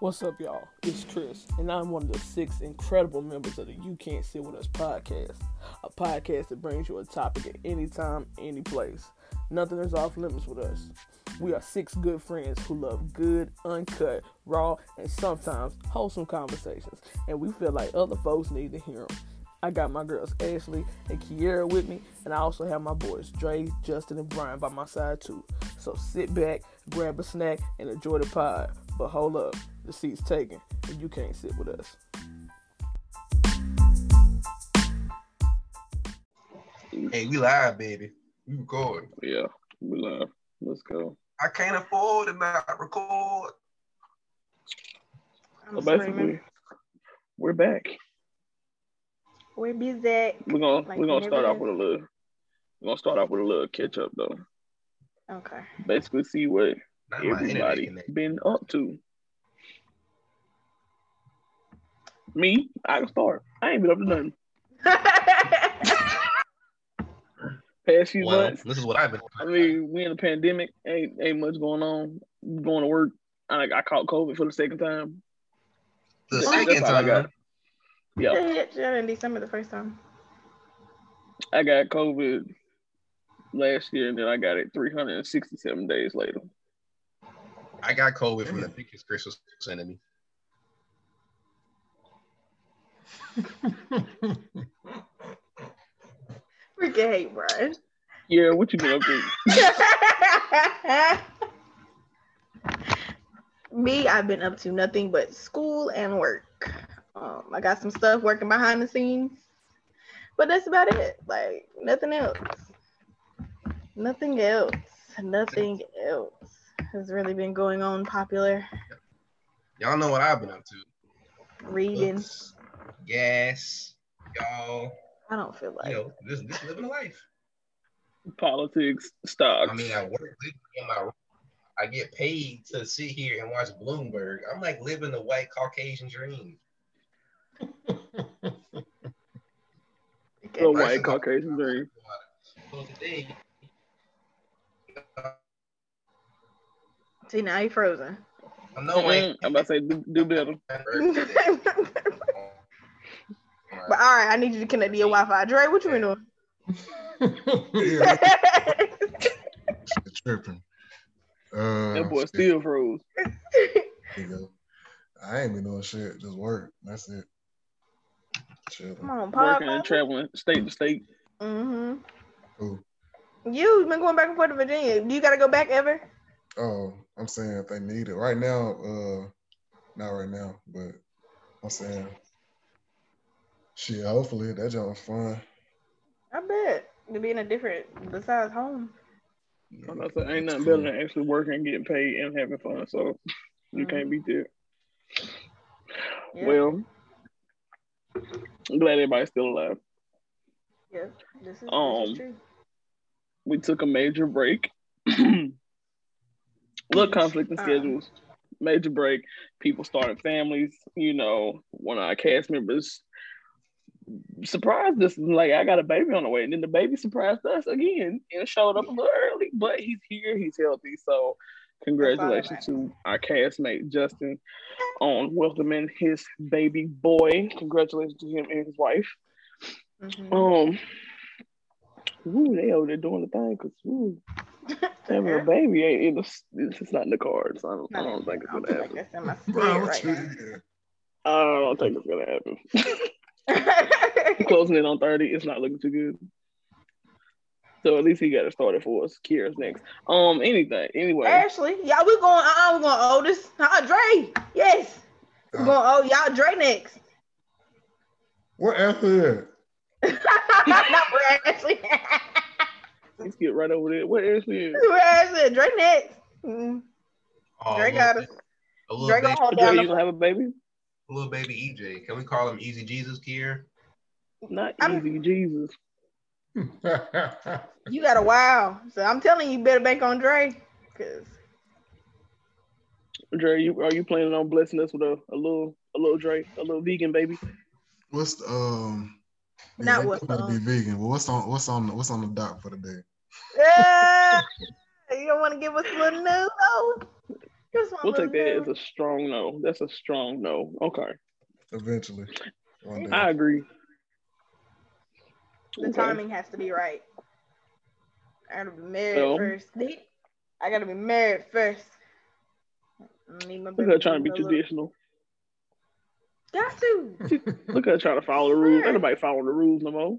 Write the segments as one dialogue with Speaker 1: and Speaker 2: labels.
Speaker 1: What's up, y'all? It's Chris, and I'm one of the six incredible members of the You Can't Sit With Us podcast, a podcast that brings you a topic at any time, any place. Nothing is off limits with us. We are six good friends who love good, uncut, raw, and sometimes wholesome conversations, and we feel like other folks need to hear them. I got my girls Ashley and Kiera with me, and I also have my boys Dre, Justin, and Brian by my side too. So sit back, grab a snack, and enjoy the pod. But hold up, the seat's taken, and you can't sit with us.
Speaker 2: Hey, we live, baby. We record.
Speaker 3: Yeah, we live. Let's go.
Speaker 2: I can't afford to not record.
Speaker 3: So basically, we're back.
Speaker 4: We're music.
Speaker 3: We're gonna
Speaker 4: Like
Speaker 3: we're gonna start off
Speaker 4: nervous?
Speaker 3: with a little. We're gonna start off with a little catch up though.
Speaker 4: Okay.
Speaker 3: Basically, see what
Speaker 2: Not my internet
Speaker 3: everybody
Speaker 2: connection.
Speaker 3: been up to. Me, I can start. I ain't been up to nothing. Past few
Speaker 2: Well,
Speaker 3: months,
Speaker 2: this is what I've been.
Speaker 3: I mean, we in a pandemic. Ain't ain't much going on. Going to work. I I caught COVID for the second time.
Speaker 2: the
Speaker 3: that's
Speaker 2: second
Speaker 3: all I
Speaker 2: time.
Speaker 3: got. Yeah,
Speaker 4: yeah, in December the first time.
Speaker 3: I got COVID last year, and then I got it 367 days later.
Speaker 2: I got COVID from the pictures Chris was sending me.
Speaker 4: Freaking hate, Brian.
Speaker 3: Yeah, what you been up to?
Speaker 4: Me, I've been up to nothing but school and work. Um, I got some stuff working behind the scenes, but that's about it. Like nothing else. Nothing else. Nothing else has really been going on. Popular
Speaker 2: Y'all know what I've been up to.
Speaker 4: reading.
Speaker 2: Books, gas, y'all.
Speaker 4: I don't feel like.
Speaker 2: You know, just, just living life.
Speaker 3: Politics, stocks.
Speaker 2: I mean, I work in my. I get paid to sit here and watch Bloomberg. I'm like living the white Caucasian dream.
Speaker 3: the
Speaker 4: Okay.
Speaker 3: white Caucasian dream.
Speaker 2: Well, today,
Speaker 4: See now you frozen.
Speaker 2: I know I
Speaker 3: Mm-mm, Mm, I'm about to say do, do better.
Speaker 4: but all
Speaker 2: Alright.
Speaker 4: right, I need you to connect to your Wi-Fi. Dre, what you been doing?
Speaker 5: yeah, tripping.
Speaker 2: Oh,
Speaker 5: Uh,
Speaker 3: That boy
Speaker 5: shit,
Speaker 3: still froze.
Speaker 5: nigga. I ain't been doing shit. Just work. That's it.
Speaker 4: Come
Speaker 5: Chilling.
Speaker 4: on, Pop.
Speaker 3: Working and traveling state to state.
Speaker 4: hmm
Speaker 5: Cool.
Speaker 4: You've been going back and forth to Virginia. Do you gotta go back ever?
Speaker 5: Oh, I'm saying if they need it right now. Uh, not right now, but I'm saying, shit. Hopefully that joint was fun.
Speaker 4: I bet. To be in a different besides home.
Speaker 3: I'm about to say ain't nothing better than actually working and getting paid and having fun. So you can't beat that.
Speaker 4: Yeah.
Speaker 3: Well, I'm glad everybody's still alive.
Speaker 4: yeah. This is, this
Speaker 3: um,
Speaker 4: is true.
Speaker 3: We took a major break. Little conflict in
Speaker 4: Um.
Speaker 3: schedules. Major break. People starting families. You know, one of our cast members surprised us like I got a baby on the way, and then the baby surprised us again and showed up a little early. But he's here. He's healthy. So congratulations to our castmate Justin on welcoming his baby boy. Congratulations to him and his wife.
Speaker 4: Mhm.
Speaker 3: Um, ooh, they over there doing the thing because ooh, having a baby ain't it's, it's just not in the cards. I don't, I
Speaker 4: Not
Speaker 3: don't think it's
Speaker 4: I don't
Speaker 3: gonna
Speaker 4: feel like
Speaker 3: happen.
Speaker 4: that's in my
Speaker 5: Bro,
Speaker 4: spirit
Speaker 5: what
Speaker 4: right
Speaker 5: you
Speaker 4: now.
Speaker 5: did?
Speaker 3: I don't think it's gonna happen. Closing in on thirty, it's not looking too good. So at least he got it started for us. Kira's next. Um, anything, anyway.
Speaker 4: Ashley, y'all, we going. Uh, we going oldest. Uh, Dre, yes. We
Speaker 5: Uh.
Speaker 4: going. Oh, y'all, Dre next.
Speaker 5: What after
Speaker 4: Not Brad Ashley.
Speaker 3: Let's get right over there. Where is he?
Speaker 4: Brad Ashley, Dre next. Mm,
Speaker 2: Oh,
Speaker 4: Dre
Speaker 2: little
Speaker 4: got
Speaker 2: ba-
Speaker 4: us.
Speaker 2: A little,
Speaker 4: Dre
Speaker 2: baby,
Speaker 4: gonna hold
Speaker 3: Joe,
Speaker 4: down.
Speaker 3: you
Speaker 4: The,
Speaker 3: gonna have a baby?
Speaker 2: little baby EJ. Can we call him Easy Jesus here?
Speaker 3: Not
Speaker 4: I'm-
Speaker 3: easy, Jesus.
Speaker 5: that?
Speaker 4: you got a wow. So I'm telling you, you better bank on Dre, cause
Speaker 3: Dre, you are you planning on blessing us with a, a little a little Dre, a little vegan baby?
Speaker 5: What's the, um?
Speaker 4: Not um,
Speaker 5: they
Speaker 4: what's
Speaker 5: about to
Speaker 4: on.
Speaker 5: be vegan. But what's on? What's on? What's on the dock for the day?
Speaker 4: yeah, you don't want to give us a little news though. Just one
Speaker 3: We'll take that
Speaker 4: little
Speaker 3: as a strong no. That's a strong no. Okay.
Speaker 5: eventually. One day.
Speaker 3: I agree.
Speaker 4: The
Speaker 3: Okay.
Speaker 4: timing has to be right. I gotta be married
Speaker 3: So?
Speaker 4: first. I gotta be married first. I need my
Speaker 3: Look at her
Speaker 4: baby
Speaker 3: trying to be
Speaker 4: mama.
Speaker 3: traditional.
Speaker 4: Got to.
Speaker 3: Look at her trying to follow the rules. Anybody follow the rules no more.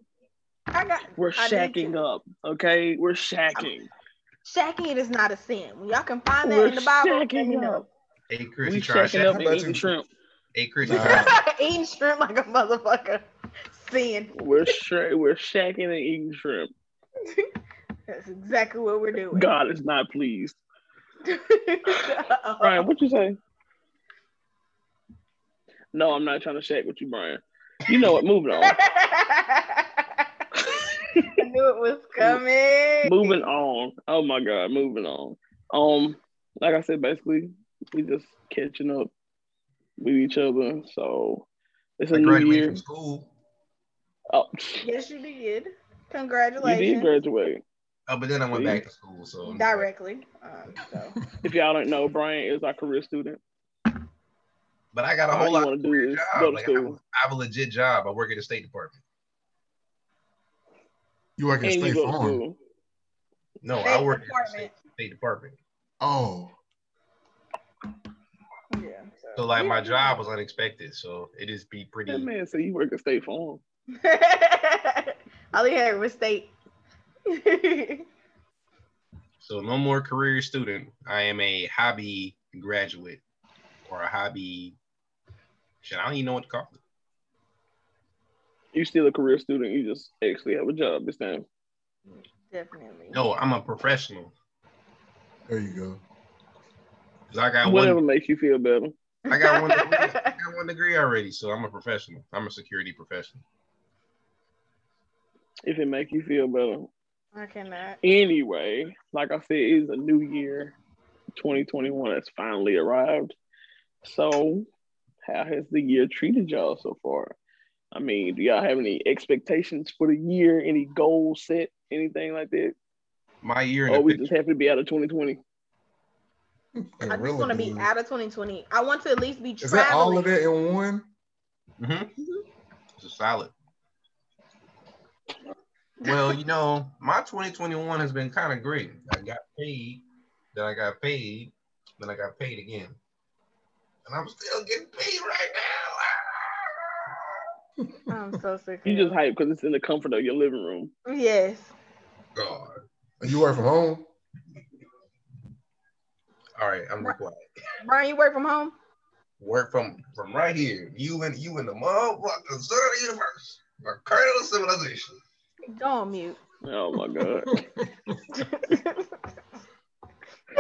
Speaker 4: I got.
Speaker 3: We're
Speaker 4: I need
Speaker 3: shacking
Speaker 4: to.
Speaker 3: up. Okay. We're shacking.
Speaker 4: Shacking it is not a sin. When y'all can find that
Speaker 3: We're
Speaker 4: in the Bible, let
Speaker 3: shacking
Speaker 4: me know.
Speaker 3: up.
Speaker 2: Hey Chris,
Speaker 3: We
Speaker 2: you trying to
Speaker 3: shacking
Speaker 2: shack
Speaker 3: up
Speaker 5: How
Speaker 3: and
Speaker 5: about
Speaker 3: eating
Speaker 5: you?
Speaker 3: shrimp.
Speaker 2: Hey Chris, you
Speaker 5: Nah.
Speaker 2: trying to
Speaker 4: Eating shrimp like a motherfucker. Sin.
Speaker 3: We're sh- we're shacking and eating shrimp.
Speaker 4: That's exactly what we're doing.
Speaker 3: God is not pleased.
Speaker 4: Uh-oh.
Speaker 3: Brian, what you say? No, I'm not trying to shack with you, Brian. You know what? Moving on.
Speaker 4: I knew it was coming.
Speaker 3: moving on. Oh my God, moving on. Um, like I said, basically, we just catching up with each other. So it's a
Speaker 2: I
Speaker 3: new
Speaker 2: graduated
Speaker 3: year.
Speaker 2: from school.
Speaker 3: Oh,
Speaker 4: Yes, you did.
Speaker 3: you did
Speaker 4: Congratulations.
Speaker 3: graduate.
Speaker 2: Oh, but then I went
Speaker 3: See?
Speaker 2: back to school. So
Speaker 4: Directly. Um, so.
Speaker 3: If y'all don't know, Brian is our career student.
Speaker 2: But I got a
Speaker 3: All
Speaker 2: whole
Speaker 3: Oh, you
Speaker 2: lot
Speaker 3: wanna
Speaker 2: of
Speaker 3: do
Speaker 2: career
Speaker 3: is
Speaker 2: job.
Speaker 3: go to
Speaker 2: Like, I,
Speaker 3: school.
Speaker 2: I have a legit job. I work at the State Department.
Speaker 5: You work at
Speaker 3: And you
Speaker 5: State
Speaker 3: go to
Speaker 5: Farm.
Speaker 3: school.
Speaker 2: No,
Speaker 4: State
Speaker 2: I work at the
Speaker 4: Department.
Speaker 2: state, state Department.
Speaker 5: Oh,
Speaker 4: Yeah.
Speaker 2: So like my job was unexpected. So it just be pretty.
Speaker 3: That man said you work at State Farm.
Speaker 4: All he had was state.
Speaker 2: So no more career student. I am a hobby graduate or a hobby. Shit, I don't even know what to call it.
Speaker 3: You still a career student. You just actually have a job this time.
Speaker 4: Definitely.
Speaker 2: No, I'm a professional.
Speaker 5: there you go.
Speaker 2: Cause I got
Speaker 3: Whatever
Speaker 2: one.
Speaker 3: makes you feel better.
Speaker 2: I got one. Degree, I got one degree already. So I'm a professional. I'm a security professional.
Speaker 3: If it make you feel better.
Speaker 4: I cannot.
Speaker 3: anyway, like I said, it's a new year, 2021 has finally arrived. So, how has the year treated y'all so far? I mean, do y'all have any expectations for the year? Any goals set? Anything like that?
Speaker 2: My year. In
Speaker 3: Or
Speaker 2: the
Speaker 3: Oh, we
Speaker 2: picture.
Speaker 3: just happy to be out of 2020?
Speaker 5: It
Speaker 4: I just
Speaker 5: really
Speaker 4: want to be
Speaker 5: is.
Speaker 4: out of 2020. I want to at least be
Speaker 5: Is that all of
Speaker 4: traveling.
Speaker 5: that in one?
Speaker 2: Mhm. It's a solid. Well, you know, my 2021 has been kind of great. I got paid, then I got paid, then I got paid again. And I'm still getting paid right
Speaker 4: I'm so sick. of
Speaker 3: You
Speaker 4: it.
Speaker 3: just hype because it's in the comfort of your living room.
Speaker 4: yes.
Speaker 2: now. Ah! God.
Speaker 5: You work from home?
Speaker 2: All right, I'm real quiet.
Speaker 4: Brian, you work from home?
Speaker 2: Work from from right here. You and you in the motherfucking sun of the universe. The kernel of civilization.
Speaker 4: Go on mute.
Speaker 3: Oh my God.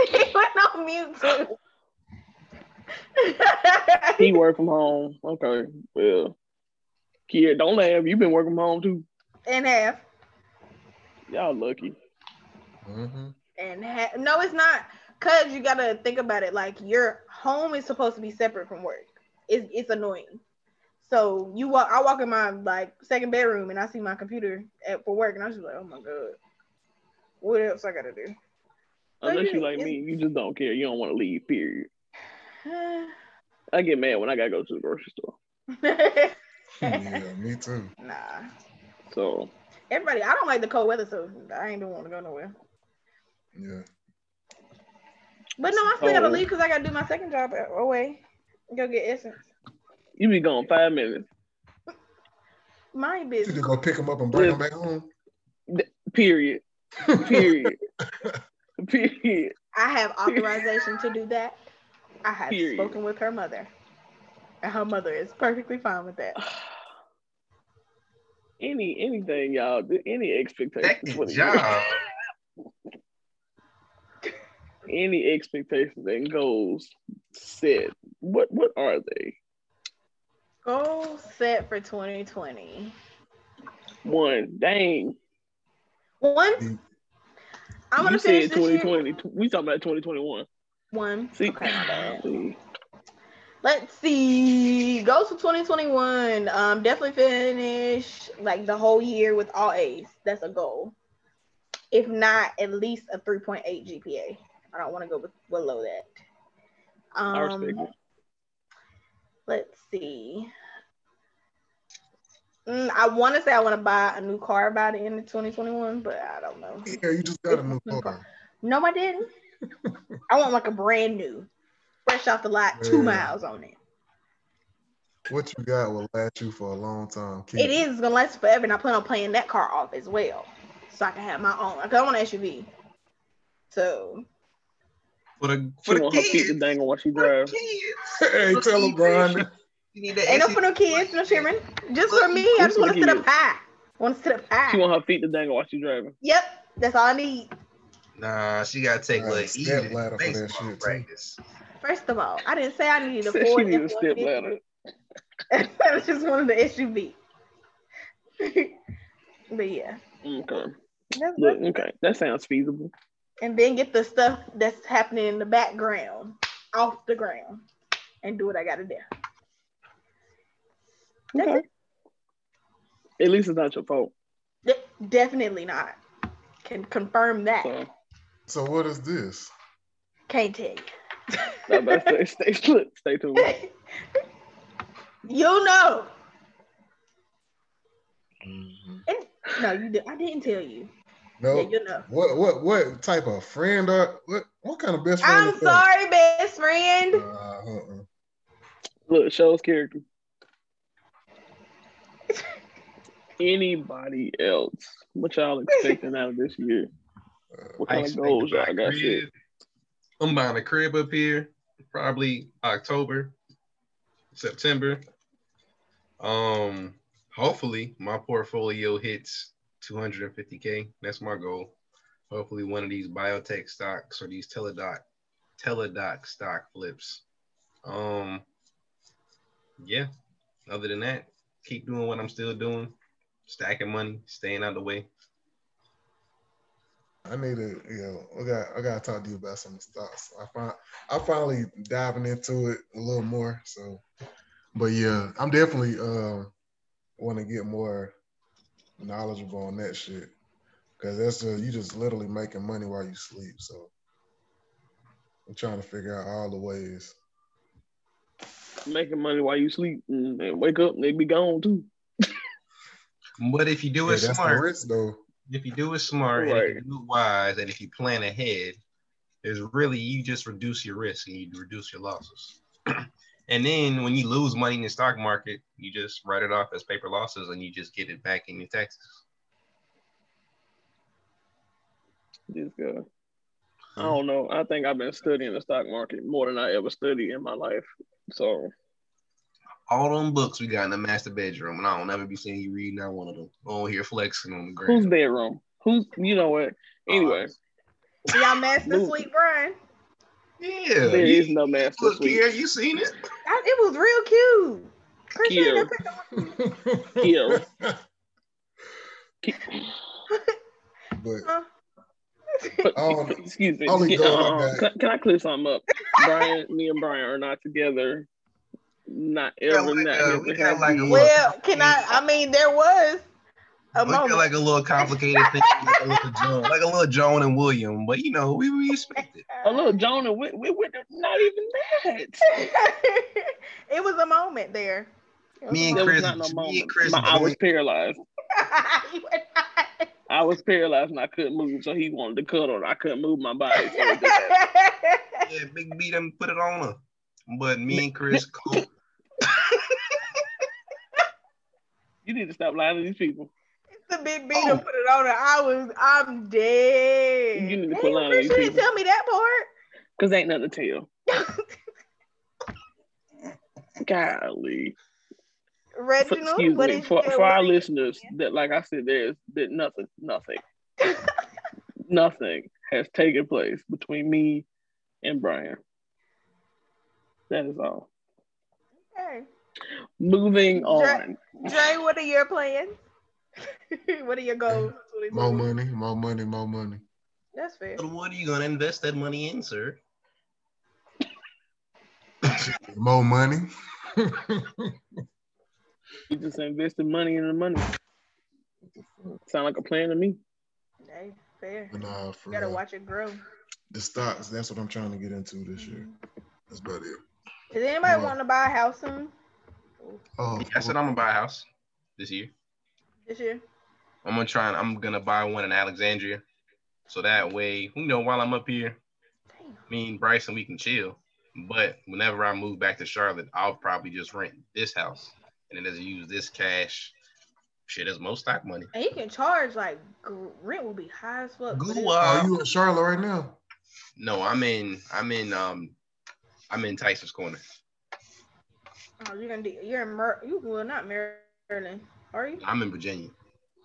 Speaker 4: he went on mute too.
Speaker 3: he work from home. Okay. Well, kid, don't laugh. You've been working from home too.
Speaker 4: and half.
Speaker 3: Y'all lucky.
Speaker 5: hmm
Speaker 4: and ha- no it's not because you gotta think about it like your home is supposed to be separate from work it's, it's annoying so you walk i walk in my like second bedroom and i see my computer at, for work and i was just like oh my god what else i gotta do
Speaker 3: Unless
Speaker 4: Okay,
Speaker 3: you like
Speaker 4: it's-
Speaker 3: me, you just don't care. You don't want to leave, period. I get mad when I gotta go to the grocery store.
Speaker 5: yeah, me too.
Speaker 4: nah
Speaker 3: So
Speaker 4: everybody i don't like the cold weather so i ain't don't want to go nowhere
Speaker 5: Yeah.
Speaker 4: but no i still gotta
Speaker 3: Oh.
Speaker 4: leave because i gotta do my second job a- away go get essence
Speaker 3: you be gone five minutes,
Speaker 4: my
Speaker 5: You
Speaker 4: business
Speaker 5: just go pick them up and bring them back home.
Speaker 3: period, period, period.
Speaker 4: I have authorization to do that. I have
Speaker 3: Period.
Speaker 4: spoken with her mother, and her mother is perfectly fine with that.
Speaker 3: Any anything y'all, any expectations for
Speaker 2: Second
Speaker 3: the year,
Speaker 2: job.
Speaker 3: any expectations and goals set. What what are they?
Speaker 4: Goal set for 2020.
Speaker 3: One, dang,
Speaker 4: One,
Speaker 5: You-
Speaker 4: I want
Speaker 3: Mm. you
Speaker 4: to finish
Speaker 3: said
Speaker 4: this
Speaker 3: twenty
Speaker 4: 2020.
Speaker 3: twenty. We talking about twenty twenty one.
Speaker 4: One.
Speaker 3: See,
Speaker 4: Okay, my bad.
Speaker 3: see,
Speaker 4: Let's see. Goals for 2021. Um, definitely finish like the whole year with all A's. That's a goal. If not, at least a 3.8 GPA. I don't want to go with, below that. Um,
Speaker 3: I respect it.
Speaker 4: Let's see. Mm, I want to say I want to buy a new car by the end of 2021, but I don't know.
Speaker 5: Yeah, you just got a new car.
Speaker 4: No, I didn't. I want like a brand new, fresh off the lot, two
Speaker 5: Yeah.
Speaker 4: miles on it.
Speaker 5: What you got will last you for a long time. Keep
Speaker 4: It is gonna last forever, and I plan on paying that car off as well, so I can have my own. Cause I want an SUV. So
Speaker 2: For the
Speaker 3: She
Speaker 2: for the
Speaker 3: want her feet to
Speaker 2: kids.
Speaker 3: dangle while she
Speaker 2: For the
Speaker 3: drives.
Speaker 2: kids.
Speaker 5: Hey, tell him, Brian.
Speaker 2: You need that
Speaker 4: ain't no
Speaker 2: SUV.
Speaker 4: for no kids, no children. Just for me. I just want to sit up high. Want to sit up
Speaker 3: She
Speaker 4: high.
Speaker 3: want her feet to dangle while she driving.
Speaker 4: Yep, that's all I need.
Speaker 2: Nah, she gotta take
Speaker 5: Nah,
Speaker 2: like
Speaker 5: step
Speaker 2: easy
Speaker 5: ladder for that
Speaker 2: baseball
Speaker 5: shit, too.
Speaker 2: practice.
Speaker 4: First of all, I didn't say I needed a
Speaker 3: Said she
Speaker 4: Ford.
Speaker 3: need a step
Speaker 4: F-150.
Speaker 3: ladder.
Speaker 4: I just wanted the SUV. but yeah.
Speaker 3: Okay.
Speaker 4: That's-
Speaker 3: Look, okay. That sounds feasible.
Speaker 4: And then get the stuff that's happening in the background off the ground and do what I gotta do. That's
Speaker 3: Okay. At least it's not your fault.
Speaker 4: it. De- definitely not. Can confirm that.
Speaker 3: So
Speaker 5: So what is this?
Speaker 4: Can't tell
Speaker 3: I better stay, stay, look, stay tuned.
Speaker 4: you. you know. No, you did. I didn't tell you.
Speaker 5: No.
Speaker 4: Yeah, you know.
Speaker 5: What what what type of friend are what what kind of best friend?
Speaker 4: I'm
Speaker 5: is that?
Speaker 4: sorry, best friend.
Speaker 5: Nah, uh-uh.
Speaker 3: Look, show's character. Anybody else? What y'all expecting out of this year? What
Speaker 2: I
Speaker 3: kind of
Speaker 2: expect
Speaker 3: goals
Speaker 2: to buy
Speaker 3: y'all
Speaker 2: a
Speaker 3: got set?
Speaker 2: crib. I'm buying a crib up here, probably October, September. Um, hopefully my portfolio hits 250k. That's my goal. Hopefully one of these biotech stocks or these teledoc teledoc stock flips. Um, yeah. Other than that, keep doing what I'm still doing, stacking money, staying out the way.
Speaker 5: I need to, you know, I got I gotta talk to you about some stocks. I find I finally diving into it a little more. So but yeah, I'm definitely uh wanna get more knowledgeable on that shit. Cause that's just you just literally making money while you sleep. So I'm trying to figure out all the ways.
Speaker 3: Making money while you sleep and, and wake up and they be gone too.
Speaker 2: But if you do it
Speaker 5: Yeah, that's the
Speaker 2: smart,
Speaker 5: risk though.
Speaker 2: if you do it smart and if you
Speaker 3: Right.
Speaker 2: do it wise and if you plan ahead, is really you just reduce your risk and you reduce your losses. and then when you lose money in the stock market, you just write it off as paper losses and you just get it back in your taxes.
Speaker 3: This guy. I don't know. I think I've been studying the stock market more than I ever studied in my life. So
Speaker 2: All them books we got in the master bedroom, and I don't ever be seeing you read not one of them. On here flexing on the
Speaker 3: who's
Speaker 2: ground.
Speaker 3: bedroom? Who's you know what?
Speaker 2: Uh,
Speaker 3: Anyway,
Speaker 4: Y'all master
Speaker 3: Luke.
Speaker 4: sweet run.
Speaker 2: Yeah,
Speaker 3: there
Speaker 2: you-
Speaker 3: is no master
Speaker 2: look
Speaker 3: suite.
Speaker 2: here, you seen it?
Speaker 4: I, it was real cute. Christina,
Speaker 3: Yeah.
Speaker 4: click on-
Speaker 3: Yeah.
Speaker 5: but
Speaker 4: huh?
Speaker 5: Oh,
Speaker 3: Excuse me.
Speaker 5: only
Speaker 3: Can-
Speaker 5: goal I
Speaker 3: uh,
Speaker 5: got-
Speaker 3: can, can I clear something up? Brian, me and Brian are not together. Not
Speaker 2: got
Speaker 3: ever.
Speaker 2: like
Speaker 3: not
Speaker 2: a-
Speaker 3: ever
Speaker 2: we got
Speaker 3: have
Speaker 2: like a
Speaker 3: been.
Speaker 2: little-
Speaker 4: Well, can I? I mean, there was a
Speaker 2: Look at
Speaker 4: moment.
Speaker 2: like a little complicated thing, like a little John, like a little John and William, but you know, we, we expect it.
Speaker 3: a little Oh, Jonah. We, we, we, not even that.
Speaker 4: it was a moment there. It was
Speaker 2: Me
Speaker 4: a
Speaker 2: and
Speaker 3: There
Speaker 4: moment.
Speaker 2: Chris-
Speaker 3: was not no
Speaker 2: me
Speaker 3: moment.
Speaker 2: and Chris
Speaker 3: My- I was
Speaker 2: joined-
Speaker 3: paralyzed.
Speaker 4: You were not.
Speaker 3: I was paralyzed and I couldn't move. So he wanted to cuddle. and I couldn't move my body. So it just-
Speaker 2: Yeah, Big B done put it on her. But me and Chris cool.
Speaker 3: you need to stop lying to these people.
Speaker 4: the big B
Speaker 2: Oh.
Speaker 4: to put it on. her. I was. I'm dead.
Speaker 3: You need to
Speaker 4: Damn,
Speaker 3: quit lying to
Speaker 4: Chris,
Speaker 3: these
Speaker 4: you didn't
Speaker 3: people.
Speaker 4: tell me that part.
Speaker 3: Cause ain't nothing to tell. Golly. For,
Speaker 4: Reginald,
Speaker 3: excuse
Speaker 4: what
Speaker 3: me.
Speaker 4: is
Speaker 3: For,
Speaker 4: your
Speaker 3: for our
Speaker 4: word?
Speaker 3: listeners, that like I said, there's that nothing, nothing, nothing has taken place between me and Brian. That is all.
Speaker 4: Okay.
Speaker 3: Moving on.
Speaker 4: Jay, what are your plans? what are your goals?
Speaker 5: more money, more money, more money.
Speaker 4: That's fair.
Speaker 2: But what are you gonna invest that money in, sir?
Speaker 5: More money.
Speaker 3: You just invested money in the money. Sound like a plan to me.
Speaker 4: Hey, fair.
Speaker 5: nah, for
Speaker 4: You gotta
Speaker 5: real.
Speaker 4: watch it grow.
Speaker 5: the stocks. That's what I'm trying to get into this year. That's about it.
Speaker 4: Does anybody
Speaker 5: Yeah.
Speaker 4: want to buy a house soon
Speaker 5: Oh,
Speaker 2: I said I'm gonna buy a house this year.
Speaker 4: this year?
Speaker 2: I'm gonna try and I'm gonna buy one in Alexandria. So that way, you know, while I'm up here,
Speaker 4: Damn.
Speaker 2: me and Bryson, we can chill. But whenever I move back to Charlotte, I'll probably just rent this house and then just use this cash. Shit, that's most stock money.
Speaker 4: And you can charge like gr- rent will be high as fuck. but
Speaker 2: Goo-
Speaker 4: it's-
Speaker 5: Are oh, you in Charlotte right now?
Speaker 2: No, I'm in, I'm in, um, I'm in Tyson's corner.
Speaker 4: Oh, you're gonna do, you're in Mer- you well not Maryland, are you?
Speaker 2: I'm in Virginia.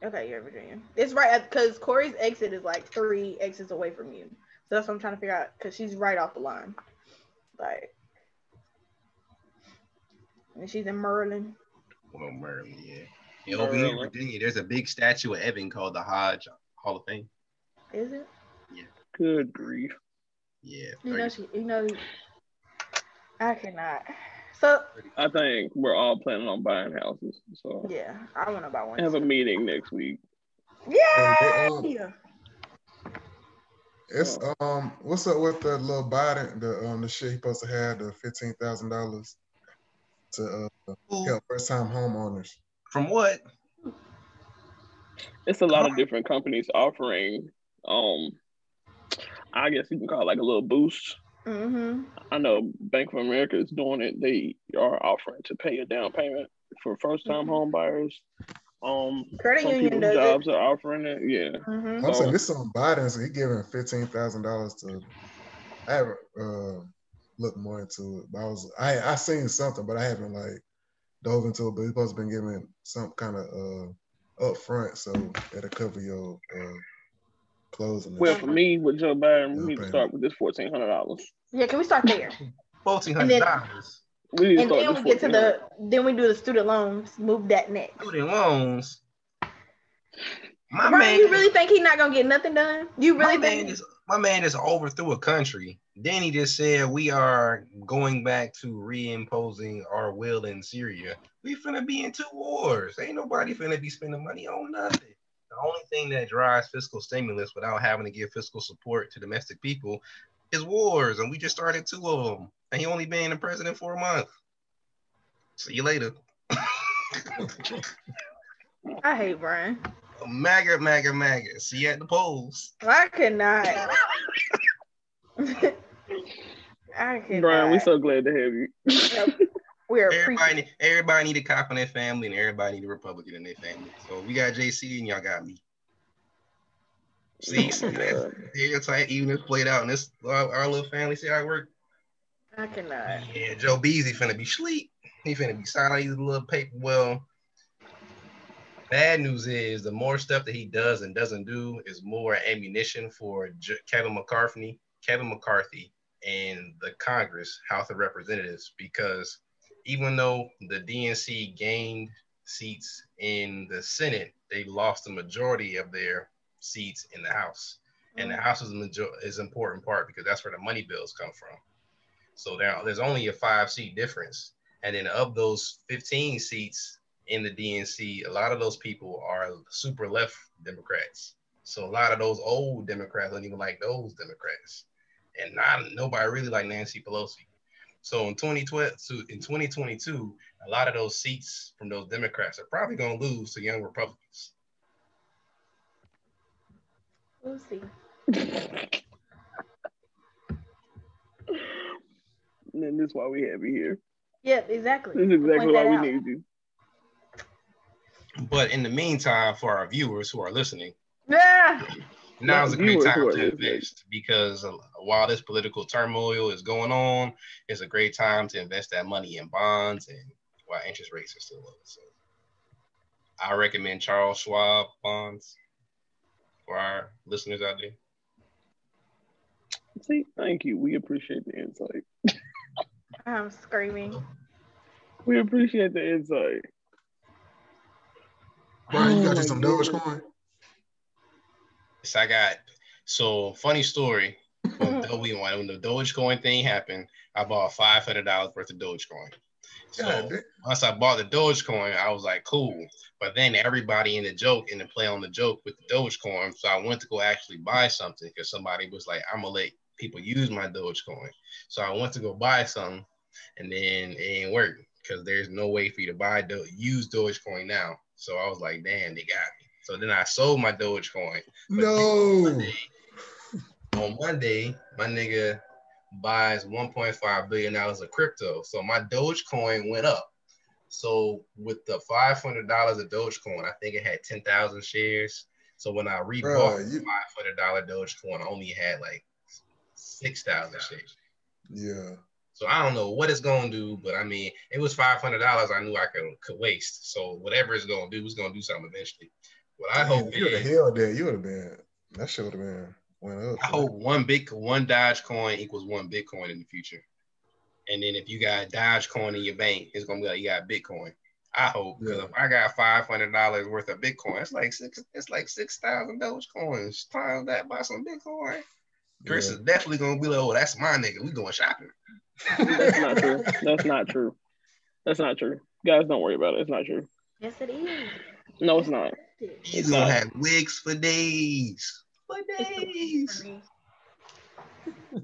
Speaker 4: Okay, you're in Virginia. It's right at because Corey's exit is like three exits away from you. So that's what I'm trying to figure out because she's right off the line, like, and she's in Maryland.
Speaker 2: Well, Maryland, yeah. And over here in
Speaker 3: Maryland.
Speaker 2: Virginia, there's a big statue of Evan called the Hodge Hall of Fame.
Speaker 4: Is it?
Speaker 3: Good grief.
Speaker 2: Yeah.
Speaker 4: You know
Speaker 2: very-
Speaker 4: she. You know. I cannot. So
Speaker 3: I think we're all planning on buying houses. So
Speaker 4: yeah, I want to buy one.
Speaker 3: have a meeting next week.
Speaker 5: Hey,
Speaker 4: Yeah.
Speaker 5: they, It's um, what's up with the little Biden? The um, the shit he supposed to have the fifteen thousand dollars to uh, help first time homeowners.
Speaker 2: From what?
Speaker 3: It's a lot of different companies offering um I guess you can call it like a little boost.
Speaker 4: Mhm.
Speaker 3: I know Bank of America is doing it. They are offering to pay a down payment for first time
Speaker 5: Mm-hmm.
Speaker 3: home buyers. Um
Speaker 4: Credit
Speaker 3: some
Speaker 4: union
Speaker 3: people's
Speaker 4: does
Speaker 3: jobs are offering it. Yeah.
Speaker 4: it. Mhm.
Speaker 5: I'm saying
Speaker 3: Oh.
Speaker 5: this on Biden, so he giving fifteen thousand dollars to. I haven't uh, looked more into it, but I was I I seen something, but I haven't like dove into it. But he's supposed to been giving some kind of uh upfront, so it'll cover your uh, closing. and
Speaker 3: Well
Speaker 5: shit.
Speaker 3: for me with Joe Biden,
Speaker 5: Down
Speaker 3: we need to
Speaker 5: payment.
Speaker 3: start with this fourteen hundred dollars.
Speaker 4: Yeah. Can we start there?
Speaker 2: Fourteen
Speaker 4: And then-
Speaker 2: hundred dollars.
Speaker 3: We need to
Speaker 4: and
Speaker 3: start
Speaker 4: then we
Speaker 3: with
Speaker 4: get to
Speaker 3: $1,400.
Speaker 4: the then we do the student loans move that next
Speaker 2: Student loans. My
Speaker 4: Bro,
Speaker 2: man,
Speaker 4: you really think he's not gonna get nothing done you
Speaker 2: my
Speaker 4: really
Speaker 2: man
Speaker 4: think
Speaker 2: is my man is overthrew a country. Then he just said we are going back to reimposing our will in Syria. We finna be in two wars. Ain't nobody finna be spending money on nothing. The only thing that drives fiscal stimulus without having to give fiscal support to domestic people is wars, and we just started two of them. And he only been the president for a month. See you later.
Speaker 4: i hate brian
Speaker 2: MAGA, MAGA, MAGA. See you at the polls.
Speaker 4: i cannot i cannot
Speaker 3: Brian, we're so glad to have you.
Speaker 4: we're
Speaker 2: Everybody, everybody need a cop in their family, and everybody need a Republican in their family. So we got JC, and y'all got me. See, see that stereotype even if played out in this our, our little family. See how it work?
Speaker 4: i cannot
Speaker 2: Yeah, Joe Beasy finna be sleep. He finna be signing these little paper. Well, bad news is the more stuff that he does and doesn't do is more ammunition for J- Kevin McCarthy, Kevin McCarthy, and the Congress, House of Representatives, because even though the DNC gained seats in the Senate, they lost the majority of their seats in the House and the
Speaker 4: Mm.
Speaker 2: house is a major- is an important part because that's where the money bills come from. So there, there's only a five seat difference, and then of those 15 seats in the DNC, a lot of those people are super left Democrats. So a lot of those old Democrats don't even like those Democrats, and not nobody really like Nancy Pelosi. So in 2012, so in 2022, a lot of those seats from those Democrats are probably going to lose to young Republicans.
Speaker 4: we'll see
Speaker 3: And this is why we have you here.
Speaker 4: yep
Speaker 3: This
Speaker 4: exactly
Speaker 3: is exactly
Speaker 4: Point
Speaker 3: why
Speaker 4: that
Speaker 3: we
Speaker 4: out.
Speaker 3: need you.
Speaker 2: But in the meantime, for our viewers who are listening.
Speaker 4: yeah
Speaker 2: Now's a
Speaker 3: Not
Speaker 2: great
Speaker 3: viewers
Speaker 2: time
Speaker 3: who are
Speaker 2: to
Speaker 3: listening.
Speaker 2: invest because uh, while this political turmoil is going on, it's a great time to invest that money in bonds and while interest rates are still low. So I recommend Charles Schwab bonds for our listeners out there.
Speaker 3: See, thank you. We appreciate the insight.
Speaker 4: Ah, i'm screaming
Speaker 3: We appreciate the insight.
Speaker 5: Brian, you
Speaker 3: Oh
Speaker 5: got you
Speaker 3: my
Speaker 5: some
Speaker 3: goodness.
Speaker 5: Dogecoin?
Speaker 2: So I got so funny story. When, Do- we- when the Dogecoin thing happened, I bought five hundred dollars worth of Dogecoin. So
Speaker 5: God, damn.
Speaker 2: once I bought the Dogecoin, I was like, cool. But then everybody in the joke, in the play on the joke with the Dogecoin. So I went to go actually buy something because somebody was like, I'm gonna let people use my Dogecoin. So I went to go buy some, and then it ain't working because there's no way for you to buy Do- use Dogecoin now. So I was like, damn, they got me. So then I sold my Dogecoin.
Speaker 5: No.
Speaker 2: Monday- on Monday, my nigga buys 1.5 billion dollars of crypto. So my Dogecoin went up. So with the $500 of Dogecoin, I think it had 10,000 shares. So when I rebought
Speaker 5: Bruh, you-
Speaker 2: the $500 Dogecoin, I only had like 6,000 shares.
Speaker 5: Yeah.
Speaker 2: So I don't know what it's gonna do, but I mean, it was five hundred dollars. I knew I could could waste. So whatever it's gonna do, it's gonna do something eventually. What I hope
Speaker 5: you would have
Speaker 2: is,
Speaker 5: held that. You would have been. That shit would have been went up.
Speaker 2: I hope Oh, one big one Dogecoin equals one Bitcoin in the future. And then if you got Dogecoin in your bank, it's gonna be like you got Bitcoin. I hope because
Speaker 5: Yeah.
Speaker 2: if I got five hundred dollars worth of Bitcoin, it's like six, it's like six thousand Dogecoins. Times that by some Bitcoin. Chris
Speaker 5: Yeah.
Speaker 2: is definitely gonna be like, oh, that's my nigga. We going shopping.
Speaker 3: That's not true. That's not true. That's not true. Guys, don't worry about it. It's not true.
Speaker 4: Yes, it is.
Speaker 3: No, it's not.
Speaker 2: He's gonna have wigs for days. For days. Oh,